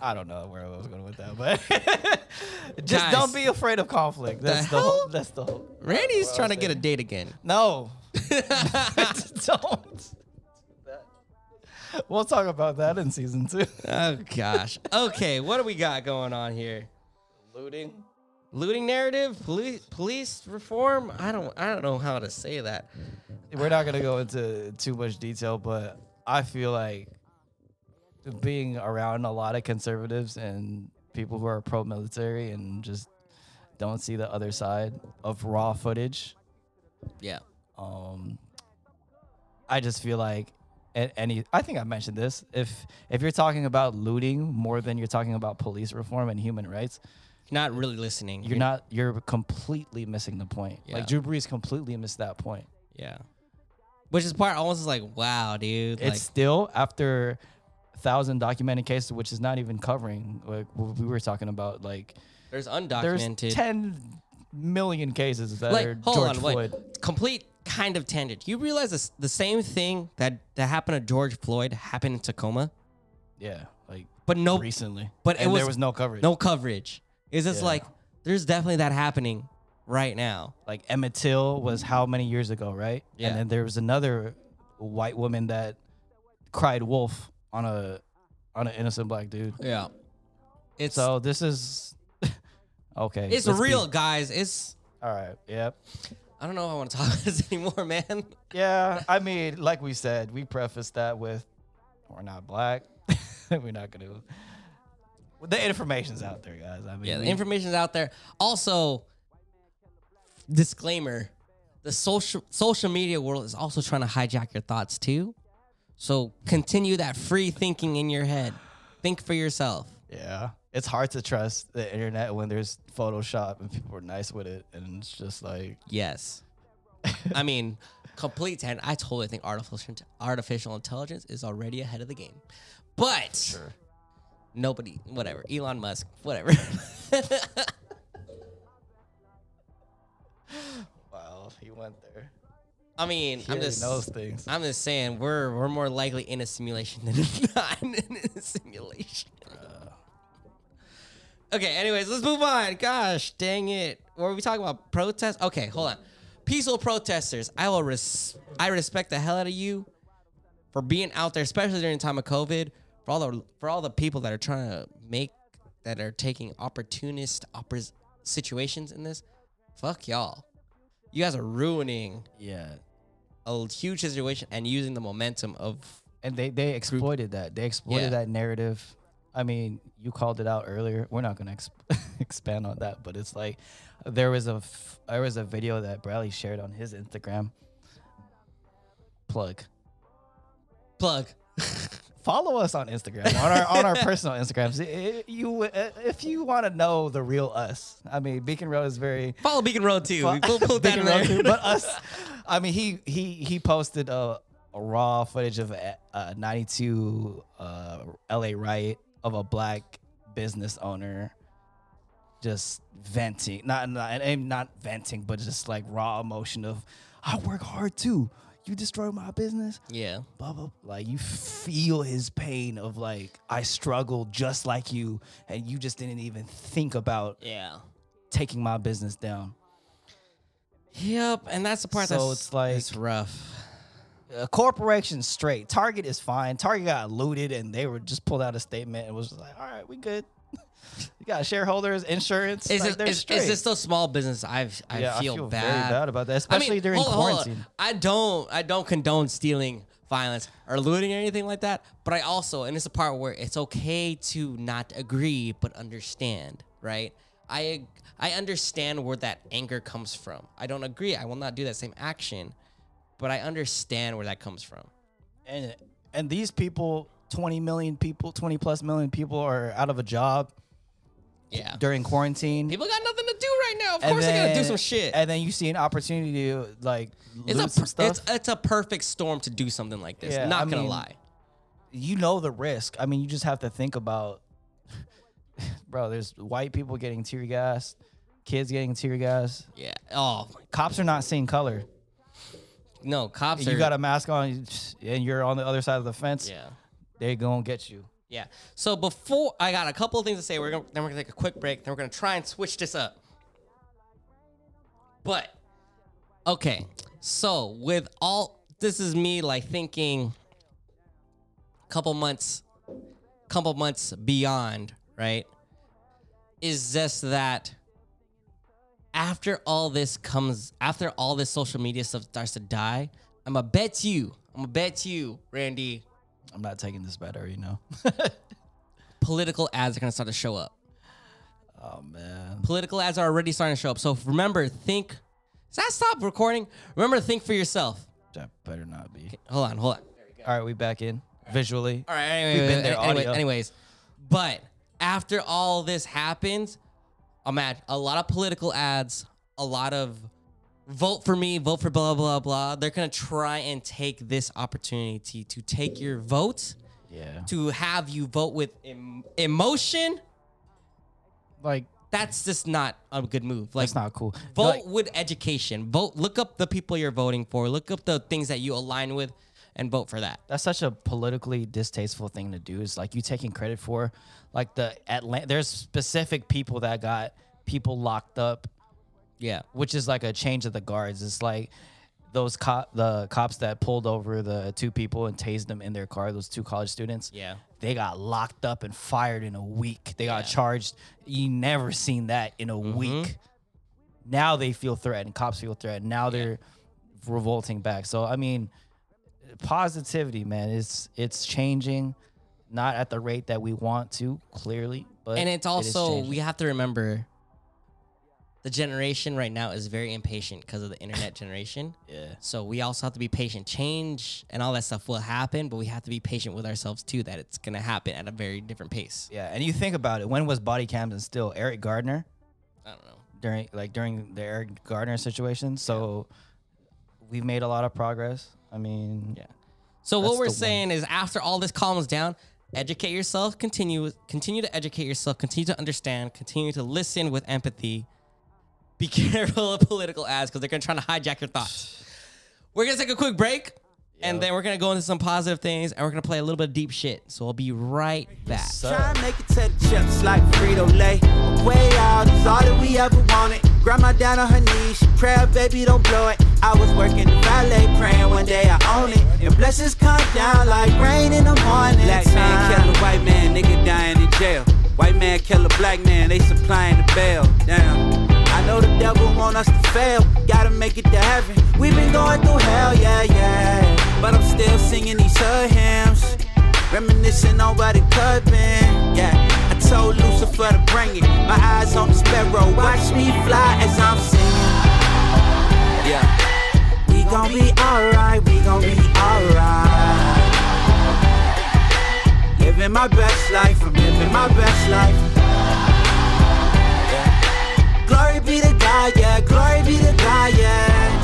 [SPEAKER 3] I don't know where I was going with that, but just
[SPEAKER 1] Guys.
[SPEAKER 3] don't be afraid of conflict. That's the,
[SPEAKER 1] hell?
[SPEAKER 3] whole. That's the whole.
[SPEAKER 1] Randy's trying to get a date again.
[SPEAKER 3] No, don't. We'll talk about that in season two.
[SPEAKER 1] Oh gosh. Okay, what do we got going on here?
[SPEAKER 3] Looting.
[SPEAKER 1] Looting narrative, police, police reform. I don't, I don't know how to say that.
[SPEAKER 3] We're not gonna go into too much detail, but I feel like being around a lot of conservatives and people who are pro-military and just don't see the other side of raw footage.
[SPEAKER 1] Yeah.
[SPEAKER 3] um i just feel like at any i think i mentioned this if if you're talking about looting more than you're talking about police reform and human rights
[SPEAKER 1] Not really listening.
[SPEAKER 3] you're not you're completely missing the point
[SPEAKER 1] Yeah.
[SPEAKER 3] like drew brees completely missed that point
[SPEAKER 1] Yeah. Which is part almost like, wow, dude.
[SPEAKER 3] it's still after thousand documented cases which is not even covering like what we were talking about like
[SPEAKER 1] like, there's
[SPEAKER 3] there's
[SPEAKER 1] undocumented.
[SPEAKER 3] 10 million cases that are
[SPEAKER 1] like hold
[SPEAKER 3] george
[SPEAKER 1] on
[SPEAKER 3] floyd
[SPEAKER 1] wait complete kind of tangent you realize this, the same thing that that happened to george floyd happened in tacoma
[SPEAKER 3] yeah like
[SPEAKER 1] but no
[SPEAKER 3] recently
[SPEAKER 1] but it
[SPEAKER 3] and
[SPEAKER 1] was-
[SPEAKER 3] there was no coverage
[SPEAKER 1] no coverage it's just
[SPEAKER 3] Yeah.
[SPEAKER 1] like there's definitely that happening right now
[SPEAKER 3] like Emmett Till was how many years ago, right?
[SPEAKER 1] Yeah.
[SPEAKER 3] And then there was another white woman that cried wolf on a on an innocent black dude.
[SPEAKER 1] yeah it's
[SPEAKER 3] So this is okay.
[SPEAKER 1] it's
[SPEAKER 3] let's
[SPEAKER 1] real
[SPEAKER 3] keep-
[SPEAKER 1] guys it's
[SPEAKER 3] all right. Yep.
[SPEAKER 1] i don't know if i want to talk about this anymore man
[SPEAKER 3] Yeah. I mean, like we said, we prefaced that with we're not black. we're not gonna. The information's out there, guys. I mean,
[SPEAKER 1] yeah the
[SPEAKER 3] we-
[SPEAKER 1] information's out there also disclaimer the social social media world is also trying to hijack your thoughts too so continue that free thinking in your head think for yourself
[SPEAKER 3] Yeah. It's hard to trust the internet when there's Photoshop and people are nice with it, and it's just like
[SPEAKER 1] yes i mean complete 10 i totally think artificial artificial intelligence is already ahead of the game but nobody whatever elon musk whatever
[SPEAKER 3] wow, he went there.
[SPEAKER 1] i mean
[SPEAKER 3] He
[SPEAKER 1] i'm
[SPEAKER 3] already
[SPEAKER 1] just
[SPEAKER 3] knows things.
[SPEAKER 1] I'm just saying we're we're more likely in a simulation than not in a simulation. Okay, anyways, let's move on. Gosh, dang it. Were we talking about protests? Okay, hold on. Peaceful protesters. I will res- I respect the hell out of you for being out there, especially during the time of COVID. For all the for all the people that are trying to make that are taking opportunist oppor- situations in this. Fuck y'all. You guys are ruining
[SPEAKER 3] Yeah.
[SPEAKER 1] a huge situation and using the momentum of
[SPEAKER 3] And they they exploited that. They exploited
[SPEAKER 1] Yeah.
[SPEAKER 3] that narrative. I mean, you called it out earlier. We're not gonna exp- expand on that, but it's like there was a f- there was a video that Bradley shared on his Instagram. Plug
[SPEAKER 1] plug.
[SPEAKER 3] follow us on Instagram, on our on our personal Instagrams. I- I- You, uh, if you want to know the real us, I mean, Beacon Road is very
[SPEAKER 1] Follow Beacon Road too. We'll put that in
[SPEAKER 3] Beacon Road,
[SPEAKER 1] there.
[SPEAKER 3] too, but us. I mean, he he he posted a, a raw footage of a, a 92 uh, LA riot of a black business owner just venting, not not and- and not venting, but just like raw emotion of I work hard too. You destroy my business
[SPEAKER 1] Yeah.
[SPEAKER 3] blah blah. Like you feel his pain of like I struggled just like you, and you just didn't even think about
[SPEAKER 1] Yeah.
[SPEAKER 3] taking my business down.
[SPEAKER 1] Yep. And that's the part
[SPEAKER 3] So
[SPEAKER 1] that's
[SPEAKER 3] it's like-
[SPEAKER 1] it's rough.
[SPEAKER 3] A corporation straight. Target is fine. Target got looted, and they were just pulled out a statement and was just like, "All right, we good. you got shareholders, insurance.
[SPEAKER 1] Is
[SPEAKER 3] like,
[SPEAKER 1] it,
[SPEAKER 3] they're
[SPEAKER 1] is,
[SPEAKER 3] straight."
[SPEAKER 1] is this still small business? I've I
[SPEAKER 3] Yeah, I
[SPEAKER 1] feel,
[SPEAKER 3] feel very
[SPEAKER 1] bad.
[SPEAKER 3] bad about that, especially during
[SPEAKER 1] hold on, hold on.
[SPEAKER 3] quarantine.
[SPEAKER 1] I don't I don't condone stealing, violence, or looting or anything like that. But I also and it's a part where it's okay to not agree but understand, right? I ag- I understand where that anger comes from. I don't agree. I will not do that same action, but I understand where that comes from.
[SPEAKER 3] and and these people, twenty million people, twenty plus million people are out of a job
[SPEAKER 1] Yeah.
[SPEAKER 3] during quarantine.
[SPEAKER 1] People got nothing to do right now. Of
[SPEAKER 3] And
[SPEAKER 1] course they're gonna do
[SPEAKER 3] then-
[SPEAKER 1] some shit.
[SPEAKER 3] And then you see an opportunity to like
[SPEAKER 1] It's
[SPEAKER 3] loot
[SPEAKER 1] a
[SPEAKER 3] some
[SPEAKER 1] per-
[SPEAKER 3] stuff.
[SPEAKER 1] it's it's a perfect storm to do something like this.
[SPEAKER 3] Yeah,
[SPEAKER 1] not
[SPEAKER 3] I
[SPEAKER 1] gonna
[SPEAKER 3] mean,
[SPEAKER 1] lie.
[SPEAKER 3] you know the risk. I mean, you just have to think about, bro. There's white people getting tear gassed, kids getting tear gassed.
[SPEAKER 1] Yeah. Oh my-
[SPEAKER 3] Cops are not seeing color.
[SPEAKER 1] no, cops.
[SPEAKER 3] you
[SPEAKER 1] are,
[SPEAKER 3] got a mask on, and you're on the other side of the fence.
[SPEAKER 1] Yeah.
[SPEAKER 3] They gonna get you.
[SPEAKER 1] Yeah. So before I got a couple of things to say, we're gonna then we're gonna take a quick break. Then we're gonna try and switch this up. But okay, so with all this is me like thinking, couple months, couple months beyond, right? Is just that after all this comes, after all this social media stuff starts to die, I'm going to bet you, I'm gonna bet you, Randy,
[SPEAKER 3] I'm not taking this better, you know.
[SPEAKER 1] political ads are gonna start to show up.
[SPEAKER 3] oh man.
[SPEAKER 1] Political ads are already starting to show up. So remember, think. Does that stop recording? Remember, to think for yourself.
[SPEAKER 3] That better not be.
[SPEAKER 1] Hold on, hold on.
[SPEAKER 3] All right, we back in visually.
[SPEAKER 1] All right, anyway,
[SPEAKER 3] We've been there,
[SPEAKER 1] anyway,
[SPEAKER 3] audio.
[SPEAKER 1] anyways, but after all this happens, I'm at a lot of political ads, a lot of vote for me, vote for blah blah blah. They're gonna try and take this opportunity to take your vote,
[SPEAKER 3] Yeah.
[SPEAKER 1] to have you vote with em- emotion.
[SPEAKER 3] Like
[SPEAKER 1] That's just not a good move. Like
[SPEAKER 3] that's not cool.
[SPEAKER 1] Vote
[SPEAKER 3] Like,
[SPEAKER 1] with education. Vote. Look up the people you're voting for. Look up the things that you align with, and vote for that.
[SPEAKER 3] that's such a politically distasteful thing to do. It's like you taking credit for, like the Atlanta. There's specific people that got people locked up,
[SPEAKER 1] Yeah.
[SPEAKER 3] which is like a change of the guards. It's like those cop, the cops that pulled over the two people and tased them in their car. Those two college students.
[SPEAKER 1] Yeah.
[SPEAKER 3] They got locked up and fired in a week. They got charged. You never seen that in a
[SPEAKER 1] Mm-hmm.
[SPEAKER 3] week. Now they feel threatened. Cops feel threatened. Now they're revolting back. So I mean, positivity, man. It's it's changing, not at the rate that we want to, clearly. But
[SPEAKER 1] And it's also
[SPEAKER 3] we
[SPEAKER 1] we have to remember, the generation right now is very impatient because of the internet generation.
[SPEAKER 3] yeah.
[SPEAKER 1] So we also have to be patient. Change and all that stuff will happen, but we have to be patient with ourselves too. That it's gonna happen at a very different pace.
[SPEAKER 3] Yeah, and you think about it. When was body cams instilled? Eric Gardner
[SPEAKER 1] I don't know.
[SPEAKER 3] during like during the Eric Gardner situation. So we've made a lot of progress. I mean, yeah.
[SPEAKER 1] So
[SPEAKER 3] That's
[SPEAKER 1] what we're
[SPEAKER 3] the one.
[SPEAKER 1] saying is, after all this calms down, educate yourself. Continue, continue to educate yourself. Continue to understand. Continue to listen with empathy. Be careful of political ads because they're gonna try to hijack your thoughts. We're gonna take a quick break, and then we're gonna go into some positive things, and we're gonna play a little bit of deep shit. So I'll be right back.
[SPEAKER 3] So
[SPEAKER 4] Try and make it to the chips like Frito Lay. Way out is all that we ever wanted. Grandma down on her knees, she prayed, baby, don't blow it. I was working the valet, praying one day I own it. And blessings come down like rain in the morning. Black man kill a white man, nigga dying in jail. White man kill a black man, they supplying the bail. Damn. I know the devil want us to fail, gotta make it to heaven. We've been going through hell, yeah, yeah. But I'm still singing these hood hymns. Reminiscing on what it could been. Yeah, I told Lucifer to bring it. My eyes on the sparrow, watch me fly as I'm singing. Yeah, we gon' be alright. We gon' be alright. living my best life. I'm living my best life. Yeah. Glory be to God, yeah. Glory be to God, yeah.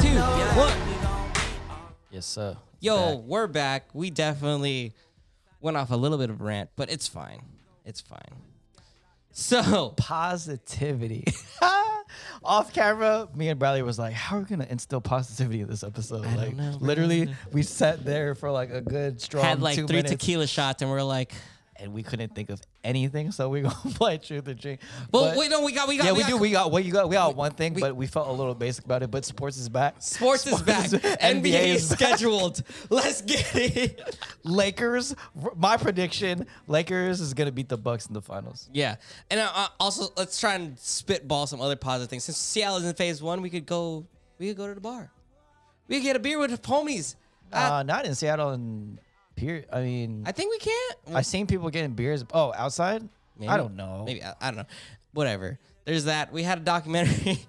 [SPEAKER 1] Three, two, one.
[SPEAKER 3] Yes, sir.
[SPEAKER 1] Yo,
[SPEAKER 3] Back.
[SPEAKER 1] we're back. We definitely went off a little bit of rant, but it's fine. It's fine. So
[SPEAKER 3] positivity. Off camera, me and Bradley was like, "How are we gonna instill positivity in this episode?"
[SPEAKER 1] don't
[SPEAKER 3] like,
[SPEAKER 1] know, bro.
[SPEAKER 3] literally, we sat there for like a good strong
[SPEAKER 1] had like
[SPEAKER 3] two
[SPEAKER 1] three
[SPEAKER 3] minutes,
[SPEAKER 1] tequila shots, and we're like,
[SPEAKER 3] and we couldn't think of anything. So we gonna play truth or drink.
[SPEAKER 1] "Well,
[SPEAKER 3] But-
[SPEAKER 1] wait, no, we got, we got,
[SPEAKER 3] yeah, we, do.
[SPEAKER 1] got-
[SPEAKER 3] We got what you got. We got one thing,
[SPEAKER 1] we-
[SPEAKER 3] but we felt a little basic about it. But sports is back.
[SPEAKER 1] Sports, is back. NBA is
[SPEAKER 3] back.
[SPEAKER 1] scheduled. Let's get it.
[SPEAKER 3] Lakers. r- My prediction: Lakers is gonna beat the Bucks in the finals.
[SPEAKER 1] Yeah, and uh, uh, also let's try and spitball some other positive things. Since Seattle is in phase one, we could go. We could go to the bar. We could get a beer with the homies.
[SPEAKER 3] Uh,
[SPEAKER 1] I,
[SPEAKER 3] not in Seattle. And period. I mean,
[SPEAKER 1] I think we can't.
[SPEAKER 3] I've seen people getting beers. Oh, outside? I
[SPEAKER 1] Maybe.
[SPEAKER 3] don't know.
[SPEAKER 1] Maybe I, I don't know. Whatever. There's that. We had a documentary.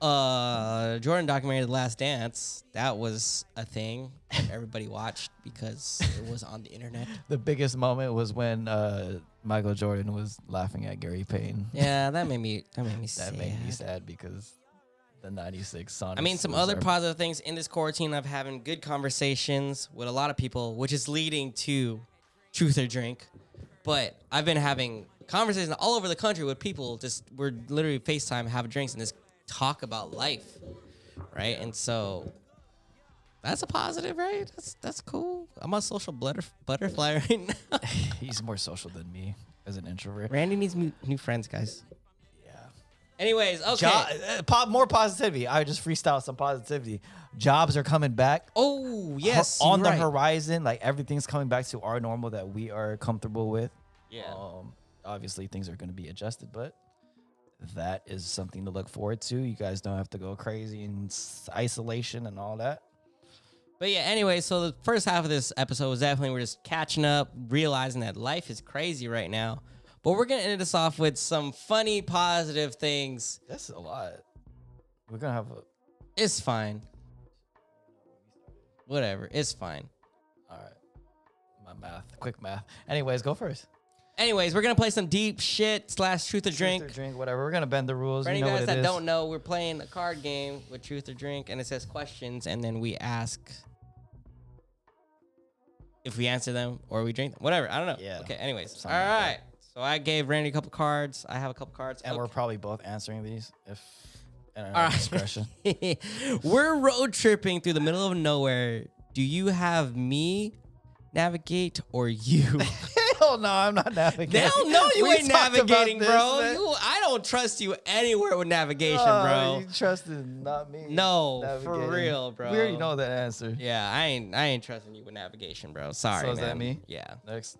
[SPEAKER 1] uh Jordan documentary The Last Dance. That was a thing that everybody watched because it was on the internet.
[SPEAKER 3] The biggest moment was when uh, Michael Jordan was laughing at Gary Payne.
[SPEAKER 1] Yeah, that made me that made me
[SPEAKER 3] That
[SPEAKER 1] sad.
[SPEAKER 3] made me sad because the '96 Sonics.
[SPEAKER 1] I mean, some
[SPEAKER 3] was
[SPEAKER 1] other
[SPEAKER 3] our-
[SPEAKER 1] positive things in this quarantine. I've having good conversations with a lot of people, which is leading to truth or drink. But I've been having conversations all over the country with people. Just we're literally Facetime, have drinks, and just talk about life, right? And so that's a positive, right? That's that's cool. I'm a social butter, butterfly right now.
[SPEAKER 3] He's more social than me as an introvert.
[SPEAKER 1] Randy needs new, new friends, guys. Yeah. Anyways, okay.
[SPEAKER 3] Jo- uh, po- more positivity. I just freestyle some positivity. Jobs are coming back.
[SPEAKER 1] oh yes,
[SPEAKER 3] Ho- on
[SPEAKER 1] you're
[SPEAKER 3] the
[SPEAKER 1] right.
[SPEAKER 3] horizon, like everything's coming back to our normal that we are comfortable with.
[SPEAKER 1] Yeah.
[SPEAKER 3] Um, obviously, things are going to be adjusted, but that is something to look forward to. You guys don't have to go crazy in s- isolation and all that.
[SPEAKER 1] But yeah, anyway, so the first half of this episode was definitely we're just catching up, realizing that life is crazy right now. But we're gonna end this off with some funny, positive things.
[SPEAKER 3] That's a lot. We're gonna have a
[SPEAKER 1] It's fine. Whatever, it's fine.
[SPEAKER 3] all right. My math, quick math. Anyways, go first.
[SPEAKER 1] Anyways, we're gonna play some deep shit slash truth or
[SPEAKER 3] Truth
[SPEAKER 1] drink.
[SPEAKER 3] or drink, whatever. We're gonna bend the rules.
[SPEAKER 1] For any
[SPEAKER 3] you know
[SPEAKER 1] guys
[SPEAKER 3] what
[SPEAKER 1] that
[SPEAKER 3] it is.
[SPEAKER 1] don't know, we're playing a card game with truth or drink, and it says questions, and then we ask if we answer them or we drink them. Whatever. I don't know.
[SPEAKER 3] Yeah,
[SPEAKER 1] Okay. Anyways. All
[SPEAKER 3] something
[SPEAKER 1] right.
[SPEAKER 3] like that.
[SPEAKER 1] so I gave Randy a couple cards. I have a couple cards.
[SPEAKER 3] and
[SPEAKER 1] Okay.
[SPEAKER 3] we're probably both answering these if at our
[SPEAKER 1] All
[SPEAKER 3] own
[SPEAKER 1] right.
[SPEAKER 3] discretion.
[SPEAKER 1] We're road tripping through the middle of nowhere. Do you have me navigate or you?
[SPEAKER 3] Hell no, I'm not navigating.
[SPEAKER 1] Hell no, you
[SPEAKER 3] We
[SPEAKER 1] ain't
[SPEAKER 3] talked about
[SPEAKER 1] navigating,
[SPEAKER 3] this,
[SPEAKER 1] bro.
[SPEAKER 3] man.
[SPEAKER 1] You, I don't trust you anywhere with navigation,
[SPEAKER 3] Oh,
[SPEAKER 1] bro.
[SPEAKER 3] You trusted, not me.
[SPEAKER 1] No, for
[SPEAKER 3] Navigating.
[SPEAKER 1] real, bro.
[SPEAKER 3] We already know that answer.
[SPEAKER 1] Yeah, I ain't I ain't trusting you with navigation, bro. Sorry,
[SPEAKER 3] So is
[SPEAKER 1] man.
[SPEAKER 3] that me?
[SPEAKER 1] Yeah.
[SPEAKER 3] Next.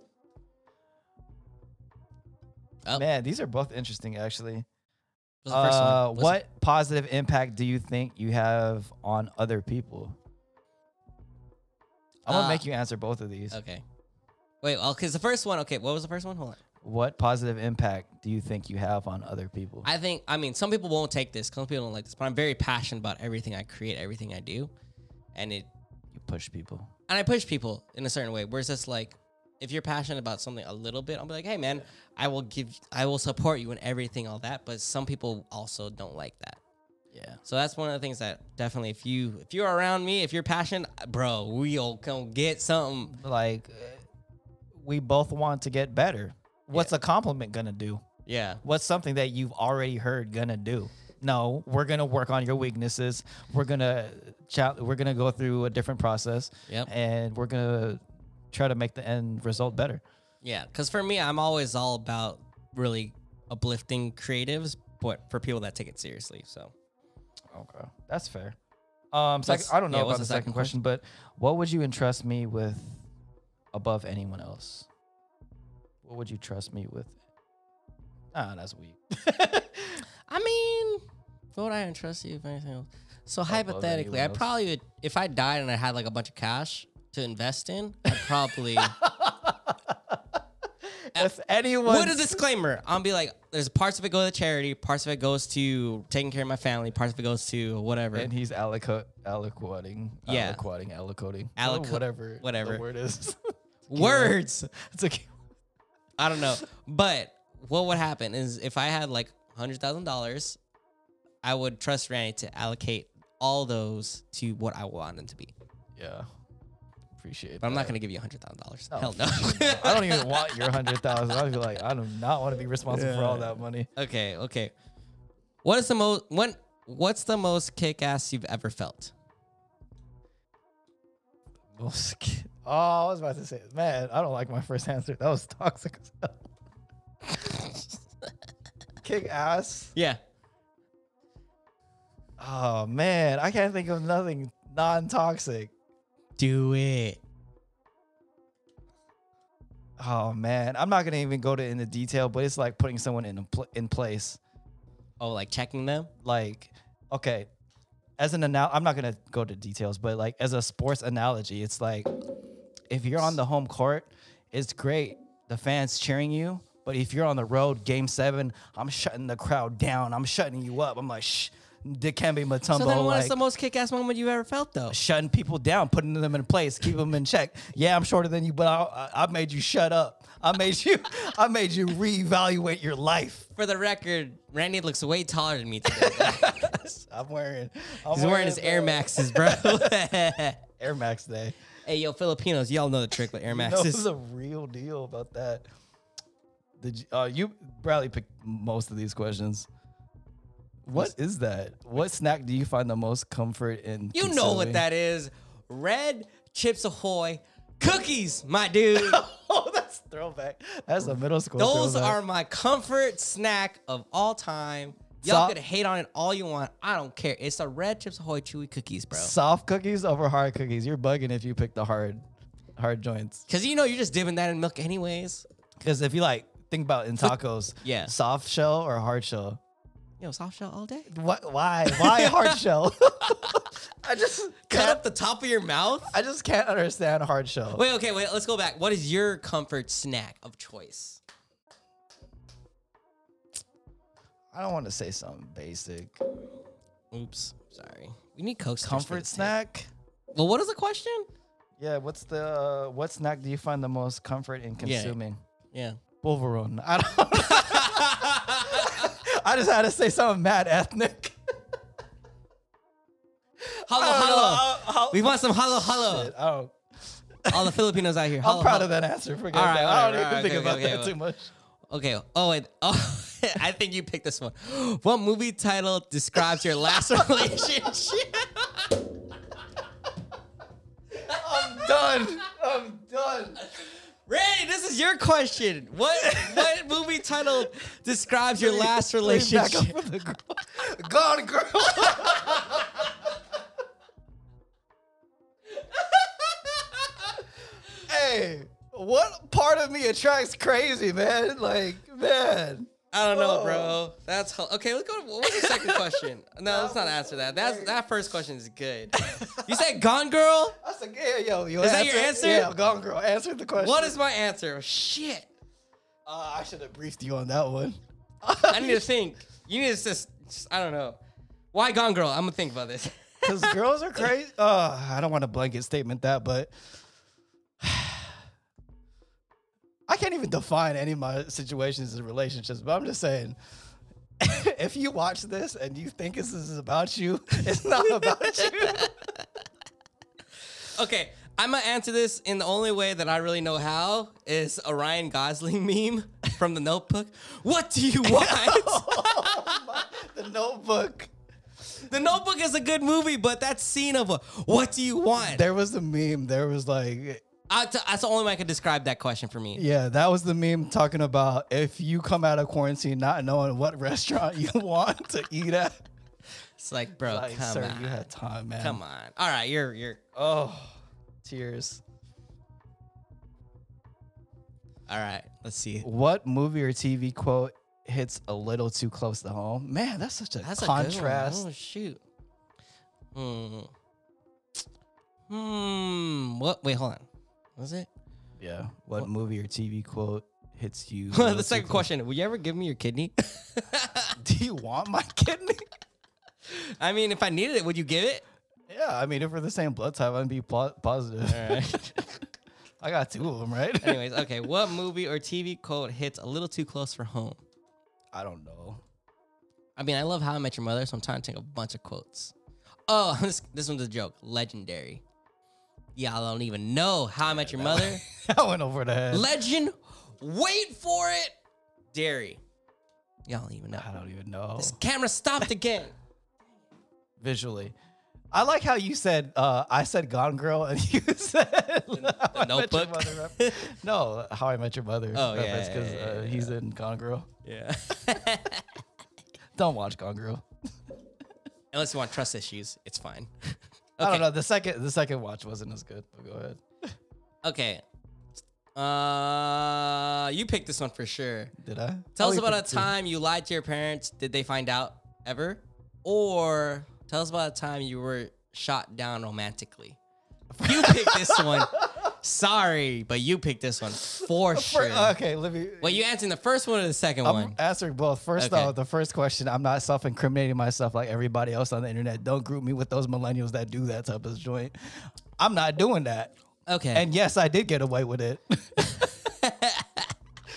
[SPEAKER 1] Oh.
[SPEAKER 3] Man, these are both interesting, actually.
[SPEAKER 1] What's the first one?
[SPEAKER 3] Uh,
[SPEAKER 1] What's-
[SPEAKER 3] what positive impact do you think you have on other people? I'm gonna
[SPEAKER 1] Uh,
[SPEAKER 3] make you answer both of these.
[SPEAKER 1] Okay. Wait, well, because the first one. Okay, what was the first one? Hold on.
[SPEAKER 3] What positive impact do you think you have on other people?
[SPEAKER 1] I think I mean some people won't take this. Some people don't like this, but I'm very passionate about everything I create, everything I do, and it
[SPEAKER 3] you push people.
[SPEAKER 1] and I push people in a certain way. Where it's just like, if you're passionate about something a little bit, I'll be like, hey man, I will give, I will support you in everything, all that. But some people also don't like that.
[SPEAKER 3] Yeah.
[SPEAKER 1] So that's one of the things that definitely, if you if you're around me, if you're passionate, bro, we'll come get something.
[SPEAKER 3] Like, uh, we both want to get better. What's a compliment gonna do?
[SPEAKER 1] Yeah.
[SPEAKER 3] what's something that you've already heard gonna do no we're gonna work on your weaknesses we're gonna chal- we're gonna go through a different process
[SPEAKER 1] Yep.
[SPEAKER 3] and we're gonna try to make the end result better
[SPEAKER 1] Yeah, because for me, I'm always all about really uplifting creatives, but for people that take it seriously. So
[SPEAKER 3] okay that's fair um sec-
[SPEAKER 1] That's-
[SPEAKER 3] i don't know
[SPEAKER 1] yeah,
[SPEAKER 3] about
[SPEAKER 1] what's
[SPEAKER 3] the
[SPEAKER 1] the
[SPEAKER 3] second,
[SPEAKER 1] second
[SPEAKER 3] question, but what would you entrust me with above anyone else what would you trust me with ah that's weak
[SPEAKER 1] I mean, what would I entrust you if anything else? So hypothetically, I
[SPEAKER 3] anyone else.
[SPEAKER 1] probably would, if I died and I had like a bunch of cash to invest in, I'd probably.
[SPEAKER 3] if anyone.
[SPEAKER 1] What a disclaimer. I'll be like, there's parts of it go to charity, parts of it goes to taking care of my family, parts of it goes to whatever.
[SPEAKER 3] And he's alico- aliquoting.
[SPEAKER 1] Yeah.
[SPEAKER 3] Aliquoting, aliquoting.
[SPEAKER 1] Alico-
[SPEAKER 3] Oh, whatever.
[SPEAKER 1] whatever.
[SPEAKER 3] The word is.
[SPEAKER 1] Words.
[SPEAKER 3] it's a key-
[SPEAKER 1] I don't know. But what would happen is if I had like $100,000, I would trust Randy to allocate all those to what I want them to be.
[SPEAKER 3] Yeah. Appreciate
[SPEAKER 1] But I'm not
[SPEAKER 3] that.
[SPEAKER 1] going to give you $100,000.
[SPEAKER 3] No,
[SPEAKER 1] Hell no.
[SPEAKER 3] I don't even want your hundred thousand. I'd be like, I do not want to be responsible for all that money.
[SPEAKER 1] okay, okay. What is the most when what's the most kick ass you've ever felt?
[SPEAKER 3] Most ki- Oh, I was about to say, man, I don't like my first answer. That was toxic. as hell. Kick ass.
[SPEAKER 1] Yeah.
[SPEAKER 3] Oh man, I can't think of nothing non-toxic.
[SPEAKER 1] Do it.
[SPEAKER 3] Oh man, I'm not gonna even go to into detail, but it's like putting someone in a pl- in place.
[SPEAKER 1] Oh, like checking them?
[SPEAKER 3] Like, okay, as an anal, I'm not gonna go to details, but like as a sports analogy, it's like if you're on the home court, it's great, the fans cheering you. But if you're on the road, game seven, I'm shutting the crowd down. I'm shutting you up. I'm like, shh, Dikembe Mutombo.
[SPEAKER 1] So then what's
[SPEAKER 3] like,
[SPEAKER 1] the most kick ass moment you've ever felt though?
[SPEAKER 3] shutting people down, putting them in place, keep them in check. Yeah, I'm shorter than you, but I, I I made you shut up. I made you, I made you reevaluate your life.
[SPEAKER 1] For the record, Randy looks way taller than me today.
[SPEAKER 3] I'm wearing, I'm
[SPEAKER 1] He's wearing his Air
[SPEAKER 3] the
[SPEAKER 1] Maxes, bro.
[SPEAKER 3] Air Max day.
[SPEAKER 1] hey, yo, Filipinos, y'all know the trick with Air
[SPEAKER 3] No, this
[SPEAKER 1] Maxes.
[SPEAKER 3] is a real deal about that. Did you, uh, you Bradley picked most of these questions? What is that? What snack do you find the most comfort in?
[SPEAKER 1] you know what
[SPEAKER 3] consuming?
[SPEAKER 1] that is. Red Chips Ahoy cookies, my dude.
[SPEAKER 3] Oh, that's throwback. That's a middle school.
[SPEAKER 1] Those
[SPEAKER 3] throwback.
[SPEAKER 1] are my comfort snack of all time. Y'all
[SPEAKER 3] Salt-
[SPEAKER 1] could hate on it all you want. I don't care. It's the Red Chips Ahoy chewy cookies, bro.
[SPEAKER 3] soft cookies over hard cookies. You're bugging if you pick the hard, hard joints.
[SPEAKER 1] Cause you know you're just dipping that in milk anyways.
[SPEAKER 3] Because if you like think about in tacos,
[SPEAKER 1] Yeah.
[SPEAKER 3] soft shell or hard shell.
[SPEAKER 1] Yo, soft shell all day.
[SPEAKER 3] What? Why? Why hard shell? I just
[SPEAKER 1] Cut
[SPEAKER 3] can't,
[SPEAKER 1] up the top of your mouth.
[SPEAKER 3] I just can't understand hard shell.
[SPEAKER 1] Wait, okay, wait. Let's go back. What is your comfort snack of choice?
[SPEAKER 3] I don't want to say something basic.
[SPEAKER 1] Oops, sorry. We need coasters. for
[SPEAKER 3] Comfort
[SPEAKER 1] this thing.
[SPEAKER 3] snack.
[SPEAKER 1] Well, what is the question?
[SPEAKER 3] Yeah. What's the uh, what snack do you find the most comfort in consuming?
[SPEAKER 1] Yeah.
[SPEAKER 3] Wolverine. I don't. I just had to say something mad ethnic.
[SPEAKER 1] Hello,
[SPEAKER 3] I don't know.
[SPEAKER 1] hello.
[SPEAKER 3] I'll- I'll-
[SPEAKER 1] We want some hello, hello.
[SPEAKER 3] I don't.
[SPEAKER 1] All the Filipinos out here.
[SPEAKER 3] I'm
[SPEAKER 1] hello,
[SPEAKER 3] proud
[SPEAKER 1] hello.
[SPEAKER 3] of that answer. Forget
[SPEAKER 1] All right,
[SPEAKER 3] that.
[SPEAKER 1] all
[SPEAKER 3] I
[SPEAKER 1] right,
[SPEAKER 3] don't
[SPEAKER 1] all right,
[SPEAKER 3] even think
[SPEAKER 1] okay,
[SPEAKER 3] about
[SPEAKER 1] okay,
[SPEAKER 3] that
[SPEAKER 1] okay.
[SPEAKER 3] too much.
[SPEAKER 1] Okay. Oh, and oh, I think you picked this one. What movie title describes your last relationship?
[SPEAKER 3] I'm done. I'm done.
[SPEAKER 1] Ray, this is your question. What what movie title describes your last
[SPEAKER 3] Back up
[SPEAKER 1] relationship?
[SPEAKER 3] from the girl. Gone girl. hey, what part of me attracts crazy, man? Like, man.
[SPEAKER 1] I don't know, bro. That's ho- okay. Let's go. To, what was the second question? No, let's not answer that. That's that first question is good. You said "Gone Girl."
[SPEAKER 3] I said, yeah, yo, yo.
[SPEAKER 1] Is that your answer?
[SPEAKER 3] Yeah, gone girl. Answer the question.
[SPEAKER 1] What is my answer? Shit,
[SPEAKER 3] Uh, I should have briefed you on that one.
[SPEAKER 1] I need to think. You need to just, just- I don't know. Why "Gone Girl"? I'm gonna think about this.
[SPEAKER 3] Because girls are crazy. Uh, I don't want to blanket statement that, but I can't even define any of my situations as relationships. But I'm just saying, if you watch this and you think this is about you, it's not about you.
[SPEAKER 1] Okay, I'm gonna answer this in the only way that I really know how is a Ryan Gosling meme from The Notebook. What do you want?
[SPEAKER 3] the Notebook.
[SPEAKER 1] the Notebook is a good movie, but that scene of a, "What do you want?"
[SPEAKER 3] There was the meme. There was like,
[SPEAKER 1] I- that's the only way I could describe that question for me.
[SPEAKER 3] yeah, that was the meme talking about if you come out of quarantine not knowing what restaurant you want to eat at.
[SPEAKER 1] It's like, bro,
[SPEAKER 3] Like,
[SPEAKER 1] Oh, come
[SPEAKER 3] sir,
[SPEAKER 1] on,
[SPEAKER 3] you had time, man.
[SPEAKER 1] come on. All right, you're you're.
[SPEAKER 3] Oh, tears.
[SPEAKER 1] All right, let's see.
[SPEAKER 3] What movie or TV quote hits a little too close to home? Man, that's such a
[SPEAKER 1] That's a
[SPEAKER 3] contrast.
[SPEAKER 1] good one. Oh shoot. Hmm. Hmm. What? Wait, hold on. Was it?
[SPEAKER 3] yeah. What, movie or TV quote hits you. a little
[SPEAKER 1] the
[SPEAKER 3] too
[SPEAKER 1] second
[SPEAKER 3] close.
[SPEAKER 1] question: Will you ever give me your kidney?
[SPEAKER 3] Do you want my kidney?
[SPEAKER 1] I mean, if I needed it, would you give it?
[SPEAKER 3] Yeah, I mean, if we're the same blood type, I'd be po- positive. I got two of them, right?
[SPEAKER 1] Anyways, okay. What movie or TV quote hits a little too close for home?
[SPEAKER 3] I don't know.
[SPEAKER 1] I mean, I love How I Met Your Mother, so I'm trying to take a bunch of quotes. Oh, this this one's a joke. Legendary. Y'all don't even know How I Met Your Mother.
[SPEAKER 3] I went over the head.
[SPEAKER 1] Legend. Wait for it. Dairy. Y'all don't even know.
[SPEAKER 3] I don't even know.
[SPEAKER 1] This camera stopped again.
[SPEAKER 3] Visually. I like how you said uh, I said Gone Girl and you said How I Met Your
[SPEAKER 1] Notebook.
[SPEAKER 3] Mother ref- no, How I Met Your Mother.
[SPEAKER 1] Oh, yeah, yeah,
[SPEAKER 3] because
[SPEAKER 1] yeah,
[SPEAKER 3] uh, he's in Gone Girl.
[SPEAKER 1] Yeah.
[SPEAKER 3] Don't watch Gone Girl.
[SPEAKER 1] Unless you want trust issues, it's fine.
[SPEAKER 3] I
[SPEAKER 1] Okay.
[SPEAKER 3] don't know. The second the second watch wasn't as good. But go ahead.
[SPEAKER 1] Okay. Uh, you picked this one for sure.
[SPEAKER 3] Did I?
[SPEAKER 1] Tell
[SPEAKER 3] Oh,
[SPEAKER 1] us
[SPEAKER 3] you
[SPEAKER 1] about a
[SPEAKER 3] picked two.
[SPEAKER 1] time you lied to your parents. Did they find out ever? Or tell us about a time you were shot down romantically. You picked this one. Sorry, but you picked this one for
[SPEAKER 3] For-
[SPEAKER 1] sure.
[SPEAKER 3] okay, let me.
[SPEAKER 1] Wait, you answering the first one or the 2nd
[SPEAKER 3] I'm
[SPEAKER 1] one?
[SPEAKER 3] answering both. First
[SPEAKER 1] Okay.
[SPEAKER 3] though, the first question, I'm not self-incriminating myself like everybody else on the internet. Don't group me with those millennials that do that type of joint. I'm not doing that.
[SPEAKER 1] Okay.
[SPEAKER 3] And yes, I did get away with it.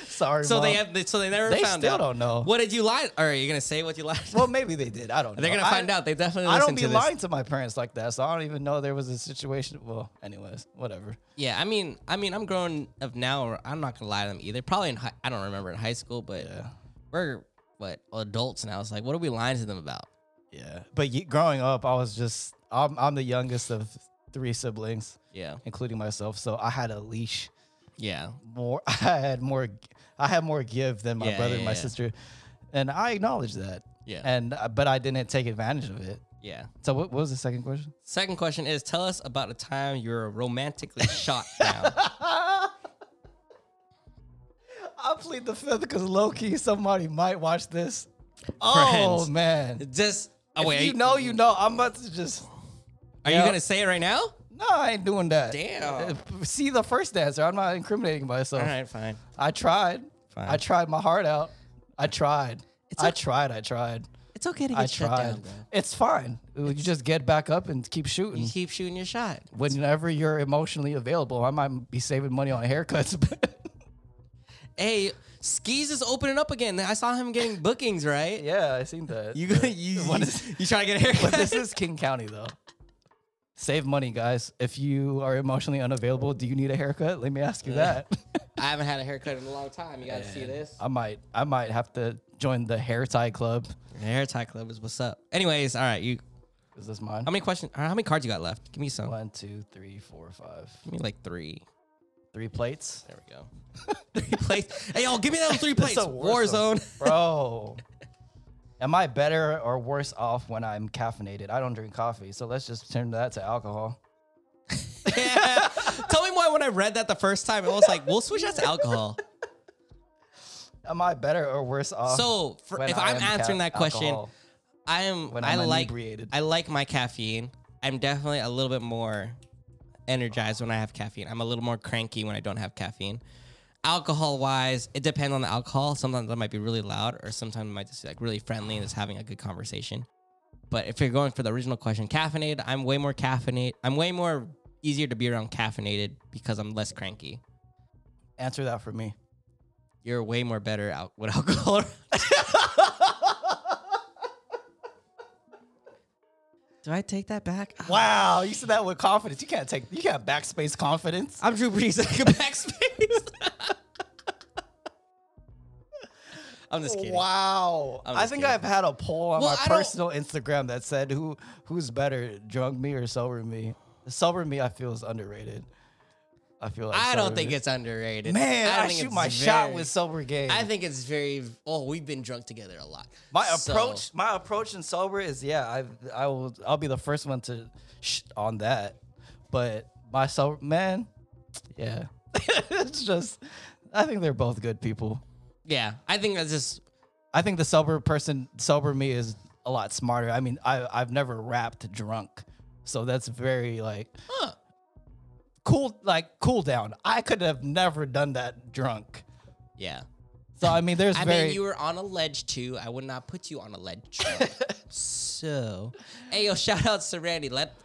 [SPEAKER 3] Sorry.
[SPEAKER 1] so they
[SPEAKER 3] Mom.
[SPEAKER 1] have, so they never
[SPEAKER 3] They
[SPEAKER 1] found
[SPEAKER 3] still
[SPEAKER 1] out.
[SPEAKER 3] don't know.
[SPEAKER 1] What did you lie? Or are you gonna say what you lied?
[SPEAKER 3] Well, maybe they did. I don't. know.
[SPEAKER 1] They're gonna
[SPEAKER 3] I-
[SPEAKER 1] find out. They definitely.
[SPEAKER 3] I
[SPEAKER 1] listen
[SPEAKER 3] don't be
[SPEAKER 1] to this.
[SPEAKER 3] lying to my parents like that, so I don't even know there was a situation. Well, anyways, whatever.
[SPEAKER 1] Yeah, I mean, I mean, I'm grown up now. Or I'm not gonna lie to them either. Probably in high, I don't remember in high school, but we're what adults now. It's like, what are we lying to them about?
[SPEAKER 3] Yeah. But ye- growing up, I was just I'm I'm the youngest of three siblings,
[SPEAKER 1] Yeah,
[SPEAKER 3] including myself. So I had a leash.
[SPEAKER 1] yeah,
[SPEAKER 3] more I had more I had more give than my
[SPEAKER 1] Yeah,
[SPEAKER 3] brother
[SPEAKER 1] yeah,
[SPEAKER 3] and my
[SPEAKER 1] yeah.
[SPEAKER 3] sister. And I acknowledge that.
[SPEAKER 1] Yeah.
[SPEAKER 3] And uh, but I didn't take advantage of it.
[SPEAKER 1] yeah.
[SPEAKER 3] So what, what was the second question?
[SPEAKER 1] Second question is, tell us about a time you were romantically shot down.
[SPEAKER 3] I plead the fifth because low key somebody might watch this. Oh
[SPEAKER 1] Friends.
[SPEAKER 3] man.
[SPEAKER 1] Just oh
[SPEAKER 3] If
[SPEAKER 1] wait,
[SPEAKER 3] you know you know. I'm about to just
[SPEAKER 1] are you
[SPEAKER 3] yeah.
[SPEAKER 1] gonna say it right now?
[SPEAKER 3] no, I ain't doing that.
[SPEAKER 1] Damn.
[SPEAKER 3] Uh, See the first answer. I'm not incriminating myself.
[SPEAKER 1] All right, fine.
[SPEAKER 3] I tried.
[SPEAKER 1] Fine.
[SPEAKER 3] I tried my heart out. I tried. I tried. I tried.
[SPEAKER 1] It's okay to get
[SPEAKER 3] I
[SPEAKER 1] shot
[SPEAKER 3] tried.
[SPEAKER 1] down. Bro.
[SPEAKER 3] It's Mm-hmm. fine. you just get back up and keep shooting.
[SPEAKER 1] You keep shooting your shot.
[SPEAKER 3] Whenever you're emotionally available, I might be saving money on haircuts. but-
[SPEAKER 1] Hey, skis is opening up again. I saw him getting bookings, right?
[SPEAKER 3] yeah, I seen that.
[SPEAKER 1] You
[SPEAKER 3] but-
[SPEAKER 1] gonna you,
[SPEAKER 3] What
[SPEAKER 1] you,
[SPEAKER 3] is-
[SPEAKER 1] you trying to get a haircut?
[SPEAKER 3] but this is King County though. Save money, guys. If you are emotionally unavailable, do you need a haircut? Let me ask you that.
[SPEAKER 1] I haven't had a haircut in a long time. You gotta see this.
[SPEAKER 3] I might. I might have to join the hair tie club.
[SPEAKER 1] Hair tie club is what's up. Anyways, all right. You
[SPEAKER 3] Is this mine?
[SPEAKER 1] how many questions? Or how many cards you got left? Give me some.
[SPEAKER 3] One, two, three, four, five.
[SPEAKER 1] Give me like three.
[SPEAKER 3] Three plates.
[SPEAKER 1] There we go. three plates. Hey yo, give me those three plates.
[SPEAKER 3] It's a war zone. Bro. Am I better or worse off when I'm caffeinated? I don't drink coffee, so let's just turn that to alcohol.
[SPEAKER 1] Yeah. Tell me why when I read that the first time, I was like, we'll switch that to alcohol.
[SPEAKER 3] Am I better or worse off?
[SPEAKER 1] So for,
[SPEAKER 3] when
[SPEAKER 1] if
[SPEAKER 3] I
[SPEAKER 1] I'm
[SPEAKER 3] am
[SPEAKER 1] answering
[SPEAKER 3] ca-
[SPEAKER 1] that question,
[SPEAKER 3] alcohol?
[SPEAKER 1] I am.
[SPEAKER 3] When
[SPEAKER 1] I
[SPEAKER 3] I'm
[SPEAKER 1] like.
[SPEAKER 3] inebriated.
[SPEAKER 1] I like my caffeine. I'm definitely a little bit more energized when I have caffeine. I'm a little more cranky when I don't have caffeine. Alcohol wise, it depends on the alcohol. Sometimes I might be really loud, or sometimes I might just be like really friendly and just having a good conversation. But if you're going for the original question, caffeinated, I'm way more caffeinated. I'm way more easier to be around caffeinated because I'm less cranky.
[SPEAKER 3] answer that for me.
[SPEAKER 1] You're way more better out with alcohol. Do I take that back?
[SPEAKER 3] Wow, you said that with confidence. You can't take. You can't backspace confidence.
[SPEAKER 1] Oh, I'm Drew Brees. I can backspace. I'm just kidding.
[SPEAKER 3] Wow.
[SPEAKER 1] I'm
[SPEAKER 3] I
[SPEAKER 1] just
[SPEAKER 3] think
[SPEAKER 1] kidding.
[SPEAKER 3] I've had a poll on
[SPEAKER 1] Well,
[SPEAKER 3] my
[SPEAKER 1] I don't-
[SPEAKER 3] personal Instagram that said who who's better, drunk me or sober me. Sober me, I feel is underrated. I feel. Like
[SPEAKER 1] I
[SPEAKER 3] sober
[SPEAKER 1] don't think
[SPEAKER 3] me-
[SPEAKER 1] it's underrated.
[SPEAKER 3] Man, I,
[SPEAKER 1] don't think
[SPEAKER 3] shoot
[SPEAKER 1] it's
[SPEAKER 3] my shot
[SPEAKER 1] very-
[SPEAKER 3] with sober game.
[SPEAKER 1] I think it's very. Oh, we've been drunk together a lot.
[SPEAKER 3] my
[SPEAKER 1] So,
[SPEAKER 3] approach, my approach in sober is yeah, I I will I'll be the first one to sh- on that, but my sober man, yeah, it's just I think they're both good people.
[SPEAKER 1] yeah, I think that's just.
[SPEAKER 3] I think the sober person, sober me, is a lot smarter. I mean, I I've never rapped drunk, so that's very like cool, like cool down. I could have never done that drunk.
[SPEAKER 1] Yeah.
[SPEAKER 3] So I mean, there's
[SPEAKER 1] I
[SPEAKER 3] very
[SPEAKER 1] mean, you were on a ledge too. I would not put you on a ledge. Joel. so, hey, yo, shout out to Randy. Let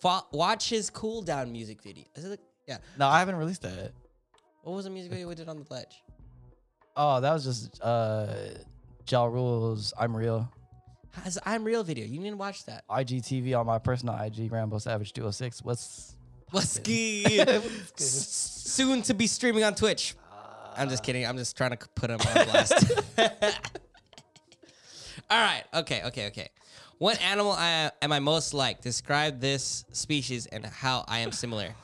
[SPEAKER 1] fo- watch his cool down music video. Is it? Yeah.
[SPEAKER 3] no, I haven't released that.
[SPEAKER 1] What was the music video we did on the ledge?
[SPEAKER 3] Oh, that was just uh, Ja Rule's "I'm Real"
[SPEAKER 1] How's I'm real video. You didn't watch that.
[SPEAKER 3] IGTV on my personal IG, Rambo Savage 206. What's
[SPEAKER 1] What's good? S- Soon to be streaming on Twitch. I'm just kidding. I'm just trying to c- put him on blast. All right. Okay. Okay. Okay. What animal I am I most like? Describe this species and how I am similar.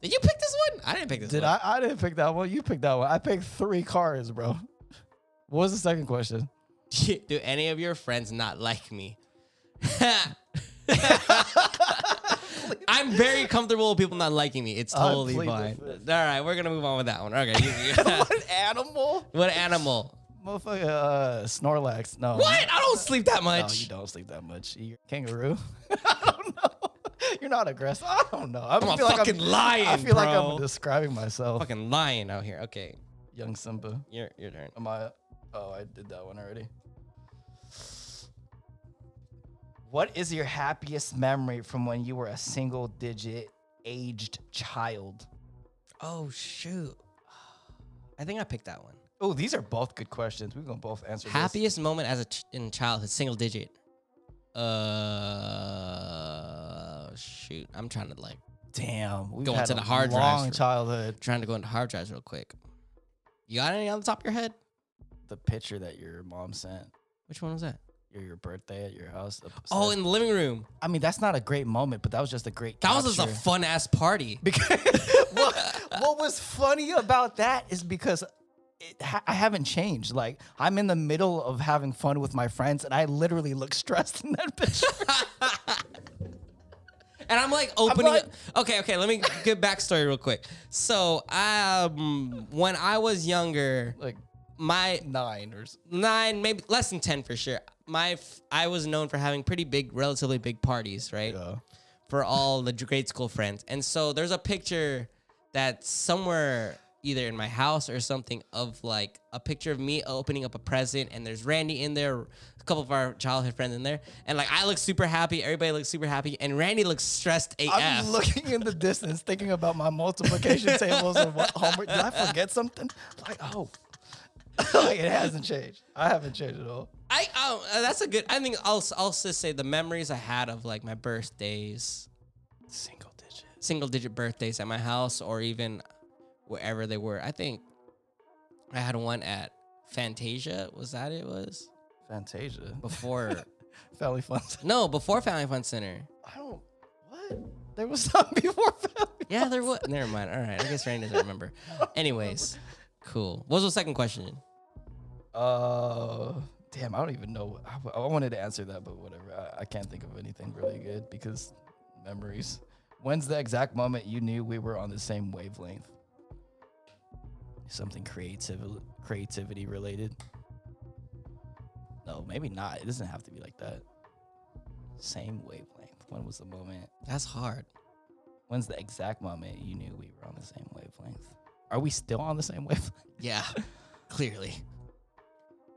[SPEAKER 1] Did you pick this one? I didn't pick this
[SPEAKER 3] did
[SPEAKER 1] one.
[SPEAKER 3] I? I didn't pick that one. You picked that one. I picked three cards, bro. What was the second question?
[SPEAKER 1] Do any of your friends not like me? I'm very comfortable with people not liking me. It's
[SPEAKER 3] I
[SPEAKER 1] totally
[SPEAKER 3] plead the
[SPEAKER 1] fine. All
[SPEAKER 3] fifth.
[SPEAKER 1] right, we're gonna move on with that one. Okay. you-
[SPEAKER 3] An animal?
[SPEAKER 1] what animal?
[SPEAKER 3] Motherfucker, uh, Snorlax. No.
[SPEAKER 1] What? I don't sleep that
[SPEAKER 3] No, you
[SPEAKER 1] much.
[SPEAKER 3] don't sleep that much. You kangaroo? I don't know. You're not aggressive. I don't know. I
[SPEAKER 1] I'm a
[SPEAKER 3] feel like
[SPEAKER 1] fucking lion,
[SPEAKER 3] I feel like
[SPEAKER 1] bro.
[SPEAKER 3] I'm describing myself.
[SPEAKER 1] Fucking lying out here. Okay,
[SPEAKER 3] Young Simba.
[SPEAKER 1] your your turn.
[SPEAKER 3] Am I? Oh, I did that one already. What is your happiest memory from when you were a single digit aged child?
[SPEAKER 1] Oh shoot. I think I picked that one.
[SPEAKER 3] Oh, these are both good questions. We're going to both answer this.
[SPEAKER 1] Happiest moment as a ch- in childhood, single digit. Uh, shoot. I'm trying to like
[SPEAKER 3] Damn. We've
[SPEAKER 1] Going
[SPEAKER 3] had
[SPEAKER 1] to
[SPEAKER 3] a
[SPEAKER 1] the hard drives
[SPEAKER 3] long
[SPEAKER 1] for-
[SPEAKER 3] childhood.
[SPEAKER 1] trying to go into hard drives real quick. You got any on the top of your head?
[SPEAKER 3] The picture that your mom sent.
[SPEAKER 1] Which one was that?
[SPEAKER 3] Your, your birthday at your house. the-
[SPEAKER 1] Oh, in the living room.
[SPEAKER 3] I mean, that's not a great moment, but that was just a great.
[SPEAKER 1] That was just a
[SPEAKER 3] capture.
[SPEAKER 1] fun ass party.
[SPEAKER 3] Because what, what was funny about that is because it, ha- I haven't changed. Like I'm in the middle of having fun with my friends, and I literally look stressed in that picture.
[SPEAKER 1] And I'm like opening.
[SPEAKER 3] like-
[SPEAKER 1] okay, okay. Let me get backstory real quick. So, um, when I was younger,
[SPEAKER 3] like
[SPEAKER 1] my
[SPEAKER 3] nine or s-
[SPEAKER 1] nine, maybe less than ten for sure. My f- I was known for having pretty big, relatively big parties, right?
[SPEAKER 3] yeah.
[SPEAKER 1] For all the grade school friends, and so there's a picture that's somewhere either in my house or something of like a picture of me opening up a present, and there's Randy in there, a couple of our childhood friends in there, and like I look super happy, everybody looks super happy, and Randy looks stressed AF.
[SPEAKER 3] I'm looking in the distance, thinking about my multiplication tables and what homework. Did I forget something? Like oh, like it hasn't changed. I haven't changed at all.
[SPEAKER 1] I um, uh, that's a good. I think I'll s- I'll just say the memories I had of like my birthdays,
[SPEAKER 3] Single digit.
[SPEAKER 1] single digit birthdays at my house or even wherever they were. I think I had one at Fantasia. Was that it was
[SPEAKER 3] Fantasia.
[SPEAKER 1] before?
[SPEAKER 3] Family fun.
[SPEAKER 1] no, before Family Fun Center.
[SPEAKER 3] I don't. What? There was something before family.
[SPEAKER 1] Yeah, there was. Never mind. All right, I guess Randy doesn't remember. Anyways, cool. What was the second question?
[SPEAKER 3] Uh, damn, I don't even know. I, w- I wanted to answer that, but whatever. I, I can't think of anything really good because memories. When's the exact moment you knew we were on the same wavelength? Something creative, creativity related. No, maybe not. It doesn't have to be like that. Same wavelength. When was the moment?
[SPEAKER 1] That's hard.
[SPEAKER 3] When's the exact moment you knew we were on the same wavelength? Are we still on the same wavelength?
[SPEAKER 1] Yeah, clearly.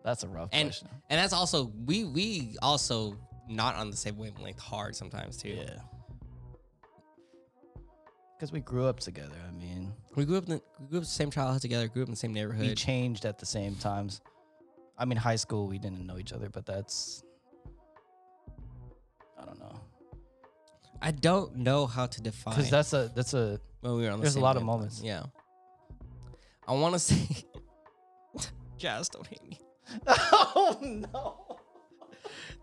[SPEAKER 3] That's a rough
[SPEAKER 1] and
[SPEAKER 3] question.
[SPEAKER 1] and that's also we we also not on the same wavelength hard sometimes too.
[SPEAKER 3] Yeah. Because we grew up together. I mean,
[SPEAKER 1] We grew up in the, we grew up the same childhood together, grew up in the same
[SPEAKER 3] we
[SPEAKER 1] neighborhood.
[SPEAKER 3] changed at the same times. I mean, high school, we didn't know each other, but that's. I don't know.
[SPEAKER 1] I don't know how to define
[SPEAKER 3] Because that's a. that's a.
[SPEAKER 1] when we were on the
[SPEAKER 3] there's a
[SPEAKER 1] same
[SPEAKER 3] lot of
[SPEAKER 1] wavelength.
[SPEAKER 3] moments.
[SPEAKER 1] Yeah. I want to say Jazz don't hate me.
[SPEAKER 3] Oh, no.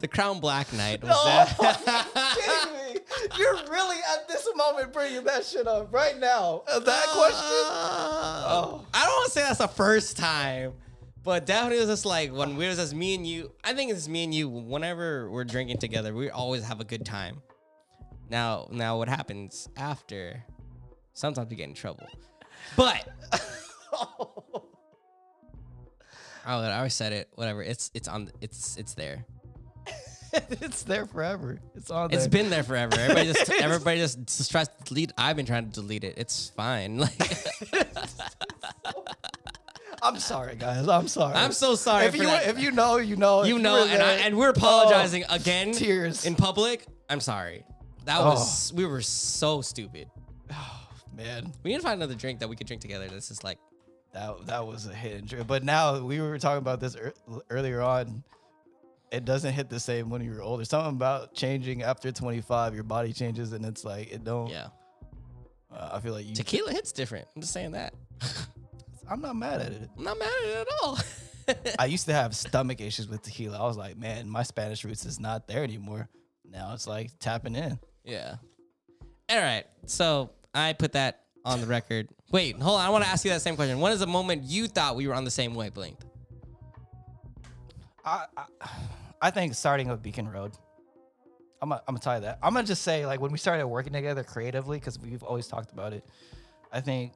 [SPEAKER 1] The Crown Black Knight was that.
[SPEAKER 3] kidding me? You're really at this moment bringing that shit up right now. That
[SPEAKER 1] Oh. I don't want to say that's the first time, but definitely was just like when we was just me and you. I think it's me and you. Whenever we're drinking together, we always have a good time. Now, now what happens after? Sometimes we get in trouble, but oh, I always said it. Whatever. It's it's on. It's it's there.
[SPEAKER 3] it's there forever. It's on there.
[SPEAKER 1] It's been there forever. Everybody just everybody just just tries to delete. I've been trying to delete it. It's fine. Like
[SPEAKER 3] I'm sorry, guys. I'm sorry.
[SPEAKER 1] I'm so sorry
[SPEAKER 3] If
[SPEAKER 1] for
[SPEAKER 3] you
[SPEAKER 1] that.
[SPEAKER 3] if you know, you know. If
[SPEAKER 1] you know,
[SPEAKER 3] were
[SPEAKER 1] and, I,
[SPEAKER 3] there-
[SPEAKER 1] and we're apologizing
[SPEAKER 3] Oh,
[SPEAKER 1] again
[SPEAKER 3] tears. Oh.
[SPEAKER 1] in public. I'm sorry. That was we were so stupid.
[SPEAKER 3] man.
[SPEAKER 1] We need to find another drink that we could drink together. That's just like
[SPEAKER 3] That that was a hidden trip. But now we were talking about this ear- earlier on. It doesn't hit the same when you're older. Something about changing after 25, your body changes, and it's like it don't.
[SPEAKER 1] yeah,
[SPEAKER 3] Uh, I feel like you.
[SPEAKER 1] tequila hits different. I'm just saying that.
[SPEAKER 3] I'm not mad at it.
[SPEAKER 1] I'm not mad at it at all.
[SPEAKER 3] I used to have stomach issues with tequila. I was like, man, my Spanish roots is not there anymore. Now it's like tapping in.
[SPEAKER 1] yeah. All right. So I put that on the record. Wait, hold on. I want to ask you that same question. When is the moment you thought we were on the same wavelength?
[SPEAKER 3] I, I, I think starting with Beacon Road. I'm gonna, I'm gonna tie that. I'm gonna just say like when we started working together creatively, because we've always talked about it. I think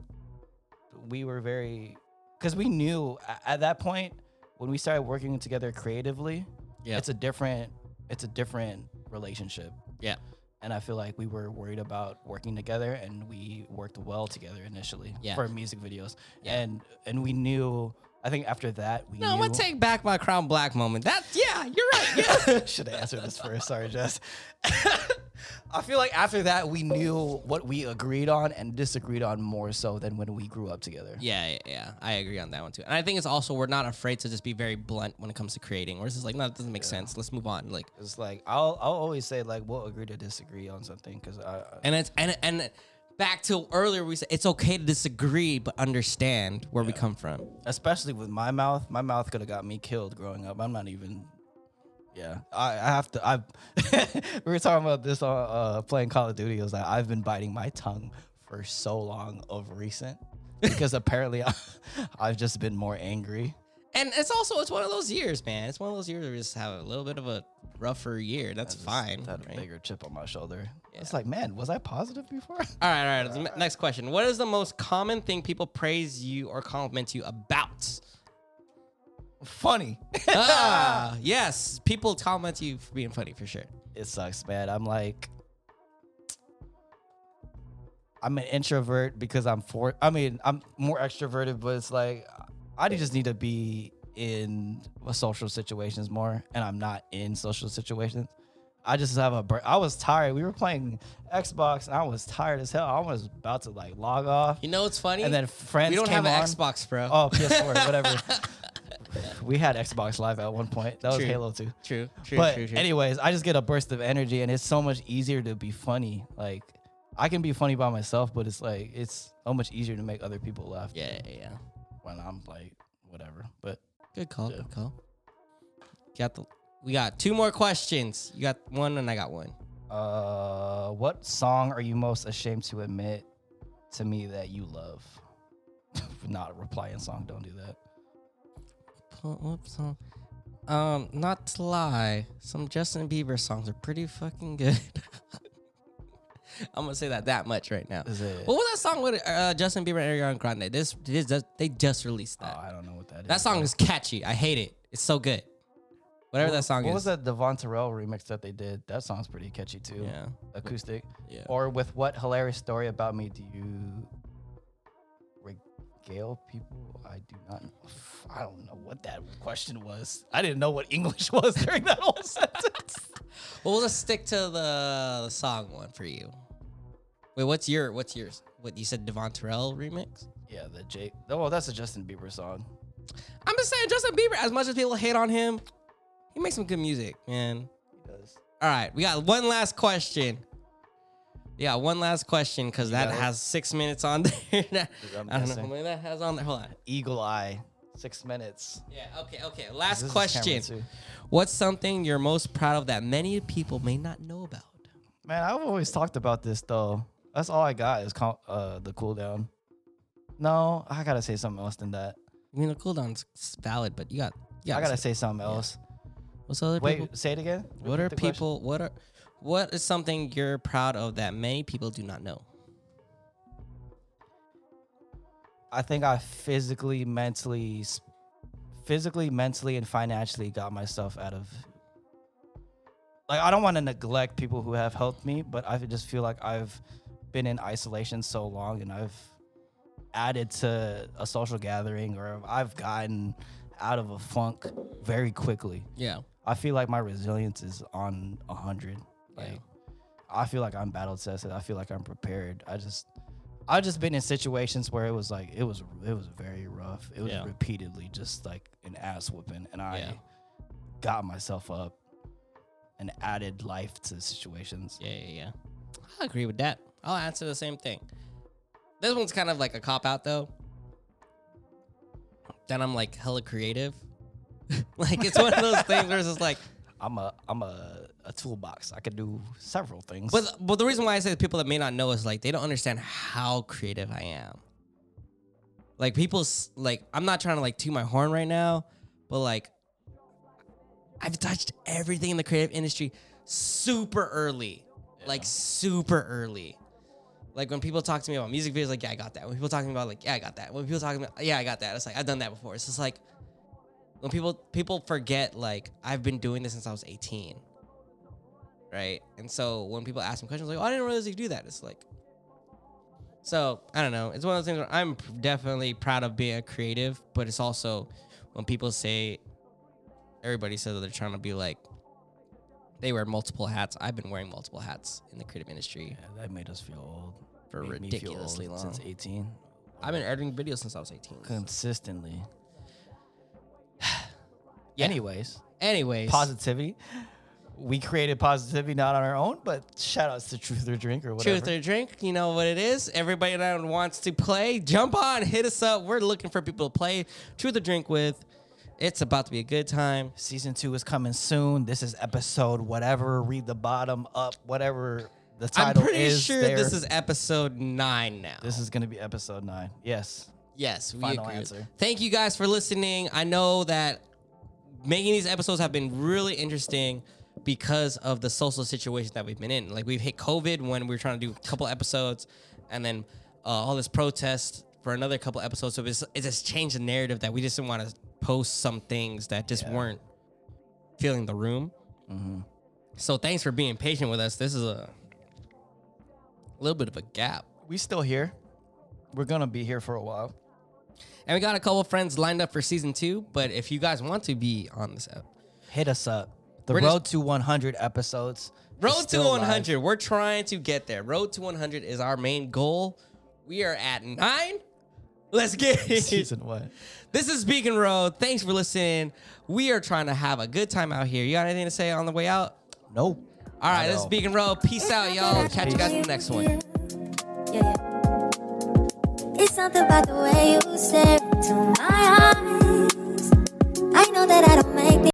[SPEAKER 3] we were very, because we knew a- at that point when we started working together creatively,
[SPEAKER 1] Yeah.
[SPEAKER 3] it's a different, it's a different relationship.
[SPEAKER 1] Yeah.
[SPEAKER 3] And I feel like we were worried about working together, and we worked well together initially
[SPEAKER 1] Yeah.
[SPEAKER 3] for music videos.
[SPEAKER 1] Yeah.
[SPEAKER 3] And and we knew, I think after that we
[SPEAKER 1] No, I'm
[SPEAKER 3] knew,
[SPEAKER 1] gonna take back my crown black moment. That yeah, you're right. Yeah.
[SPEAKER 3] Should have answered this first. Sorry, Jess. I feel like after that, we knew what we agreed on and disagreed on more so than when we grew up together.
[SPEAKER 1] Yeah, yeah, yeah. I agree on that one too. And I think it's also we're not afraid to just be very blunt when it comes to creating. We're just like, no, that doesn't make sense. Let's move on. Like,
[SPEAKER 3] It's like I'll I'll always say like we'll agree to disagree on something because I
[SPEAKER 1] and it's and and back to earlier we said it's okay to disagree but understand where we come from.
[SPEAKER 3] especially with my mouth, my mouth could have got me killed growing up. I'm not even. Yeah, I, I have to. I we were talking about this on uh, playing Call of Duty. I was like, I've been biting my tongue for so long of recent because apparently I, I've just been more angry.
[SPEAKER 1] And it's also it's one of those years, man. It's one of those years where we just have a little bit of a rougher year. That's fine.
[SPEAKER 3] Had a
[SPEAKER 1] right?
[SPEAKER 3] bigger chip on my shoulder. It's like, man, was I positive before?
[SPEAKER 1] All right, all right. the Next question. What is the most common thing people praise you or compliment you about?
[SPEAKER 3] Funny.
[SPEAKER 1] ah, yes. People compliment you for being funny for sure.
[SPEAKER 3] it sucks, man. I'm like, I'm an introvert because I'm for. I mean, I'm more extroverted, but it's like, I just need to be in social situations more, and I'm not in social situations. I just have a burn. I was tired. We were playing Xbox, and I was tired as hell. I was about to like log off.
[SPEAKER 1] You know what's funny?
[SPEAKER 3] And then friends
[SPEAKER 1] We don't have
[SPEAKER 3] came
[SPEAKER 1] an
[SPEAKER 3] on.
[SPEAKER 1] Xbox, bro.
[SPEAKER 3] Oh, PS4, whatever. we had Xbox Live at one point. That was
[SPEAKER 1] True.
[SPEAKER 3] Halo 2.
[SPEAKER 1] True, true,
[SPEAKER 3] But
[SPEAKER 1] true, true.
[SPEAKER 3] anyways, I just get a burst of energy, and it's so much easier to be funny. Like I can be funny by myself, but it's like it's so much easier to make other people laugh
[SPEAKER 1] Yeah, yeah, yeah.
[SPEAKER 3] when I'm like whatever. But
[SPEAKER 1] Good call. Good call. Got the. We got two more questions. You got one, and I got one.
[SPEAKER 3] uh, what song are you most ashamed to admit to me that you love? Not a replying song. Don't do that.
[SPEAKER 1] Whoops. Um, not to lie, some Justin Bieber songs are pretty fucking good. I'm gonna say that that much right now.
[SPEAKER 3] Is it-
[SPEAKER 1] What was that song with uh, Justin Bieber and Ariana Grande? This, this just, they just released that.
[SPEAKER 3] Oh, I don't know what that is.
[SPEAKER 1] that song is catchy. I hate it. It's so good. Whatever that song
[SPEAKER 3] What
[SPEAKER 1] is.
[SPEAKER 3] was that Devon Terrell remix that they did? That song's pretty catchy too.
[SPEAKER 1] Yeah.
[SPEAKER 3] acoustic.
[SPEAKER 1] Yeah.
[SPEAKER 3] Or with what hilarious story about me do you regale people? I do not. I don't know what that question was. I didn't know what English was during that whole sentence.
[SPEAKER 1] Well, we'll just stick to the, the song one for you. Wait, what's your what's yours? What you said, Devon Terrell remix?
[SPEAKER 3] Yeah, the Jake. Oh, that's a Justin Bieber song.
[SPEAKER 1] I'm just saying, Justin Bieber. As much as people hate on him, he makes some good music, man.
[SPEAKER 3] He does.
[SPEAKER 1] All right, we got one last question. Yeah, one last question because that
[SPEAKER 3] got it?
[SPEAKER 1] has six minutes on there.
[SPEAKER 3] I'm
[SPEAKER 1] I don't know how
[SPEAKER 3] guessing.
[SPEAKER 1] many that has on there. Hold on.
[SPEAKER 3] Eagle Eye. Six minutes.
[SPEAKER 1] Yeah. Okay. Okay.
[SPEAKER 3] This
[SPEAKER 1] Last
[SPEAKER 3] is
[SPEAKER 1] question.
[SPEAKER 3] Cameron, too.
[SPEAKER 1] What's something you're most proud of that many people may not know about?
[SPEAKER 3] Man, I've always talked about this though. That's all I got is co- uh, the cooldown. No, I gotta say something else than that.
[SPEAKER 1] I mean, the cooldown's valid, but you got. Yeah.
[SPEAKER 3] I gotta say something else.
[SPEAKER 1] What's other
[SPEAKER 3] Wait,
[SPEAKER 1] people?
[SPEAKER 3] say it again.
[SPEAKER 1] What
[SPEAKER 3] Repeat
[SPEAKER 1] are
[SPEAKER 3] the question.
[SPEAKER 1] people? What are? What is something you're proud of that many people do not know?
[SPEAKER 3] I think I physically, mentally, s- physically, mentally, and financially got myself out of. Like I don't want to neglect people who have helped me, but I just feel like I've been in isolation so long, and I've added to a social gathering or if I've gotten out of a funk very quickly.
[SPEAKER 1] Yeah.
[SPEAKER 3] I feel like my resilience is on a hundred. Like I feel like I'm battle tested. I feel like I'm prepared. I just I've just been in situations where it was like it was it was very rough. It was
[SPEAKER 1] Yeah.
[SPEAKER 3] repeatedly just like an ass whooping and I
[SPEAKER 1] Yeah.
[SPEAKER 3] got myself up and added life to situations.
[SPEAKER 1] Yeah, yeah, yeah. I agree with that. I'll answer the same thing. This one's kind of like a cop out though. Then I'm like hella creative. like it's one of those things where it's just like
[SPEAKER 3] I'm a I'm a, a toolbox. I could do several things.
[SPEAKER 1] but but the reason why I say people that may not know is like they don't understand how creative I am. Like people s- like I'm not trying to like toot my horn right now, but like I've touched everything in the creative industry super early. Like super early. Like when people talk to me about music videos, like yeah, I got that. When people talking about like yeah, I got that. When people talking about yeah, I got that. It's like I've done that before. It's just like when people people forget like I've been doing this since I was 18, right? And so when people ask me questions like, "Oh, I didn't realize you could do that," it's like, so I don't know. It's one of those things where I'm p- definitely proud of being a creative, but it's also when people say, everybody says that they're trying to be like. They wear multiple hats. I've been wearing multiple hats in the creative industry.
[SPEAKER 3] yeah, that made us feel old.
[SPEAKER 1] For
[SPEAKER 3] Made me feel
[SPEAKER 1] ridiculously
[SPEAKER 3] old
[SPEAKER 1] long.
[SPEAKER 3] since 18.
[SPEAKER 1] I've been editing videos since I was 18.
[SPEAKER 3] Consistently.
[SPEAKER 1] Yeah.
[SPEAKER 3] Anyways,
[SPEAKER 1] Anyways,
[SPEAKER 3] positivity. We created positivity not on our own, but shout outs to Truth or Drink or whatever.
[SPEAKER 1] Truth or drink, you know what it is. Everybody that wants to play, jump on, hit us up. We're looking for people to play Truth or Drink with. It's about to be a good time.
[SPEAKER 3] Season two is coming soon. This is episode whatever. Read the bottom up, whatever the title
[SPEAKER 1] I'm pretty
[SPEAKER 3] is
[SPEAKER 1] sure
[SPEAKER 3] there.
[SPEAKER 1] this is episode nine now.
[SPEAKER 3] This is going to be episode nine. Yes.
[SPEAKER 1] yes, we
[SPEAKER 3] final
[SPEAKER 1] agree.
[SPEAKER 3] answer.
[SPEAKER 1] Thank you guys for listening. I know that making these episodes have been really interesting because of the social situation that we've been in. Like we've hit COVID when we were trying to do a couple episodes, and then uh, all this protest for another couple episodes. So it's, it just changed the narrative that we just didn't want to post some things that just weren't feeling the room.
[SPEAKER 3] Mm-hmm.
[SPEAKER 1] So thanks for being patient with us. This is a little bit of a gap.
[SPEAKER 3] We still here. We're going to be here for a while.
[SPEAKER 1] And we got a couple friends lined up for season two. But if you guys want to be on this app,
[SPEAKER 3] Hit us up. The
[SPEAKER 1] We're just-
[SPEAKER 3] Road to 100 episodes. is
[SPEAKER 1] Road to
[SPEAKER 3] still live.
[SPEAKER 1] 100, we're trying to get there. Road to 100 is our main goal. We are at nine. Let's get it.
[SPEAKER 3] Season what?
[SPEAKER 1] This is Beacon Road. Thanks for listening. We are trying to have a good time out here. You got anything to say on the way out?
[SPEAKER 3] Nope.
[SPEAKER 1] All right,
[SPEAKER 3] Not at
[SPEAKER 1] this is
[SPEAKER 3] all.
[SPEAKER 1] Beacon Road. Peace out, y'all. Catch you guys in the next one.
[SPEAKER 6] Yeah, yeah. It's something about the way you stare into my eyes. I know that I don't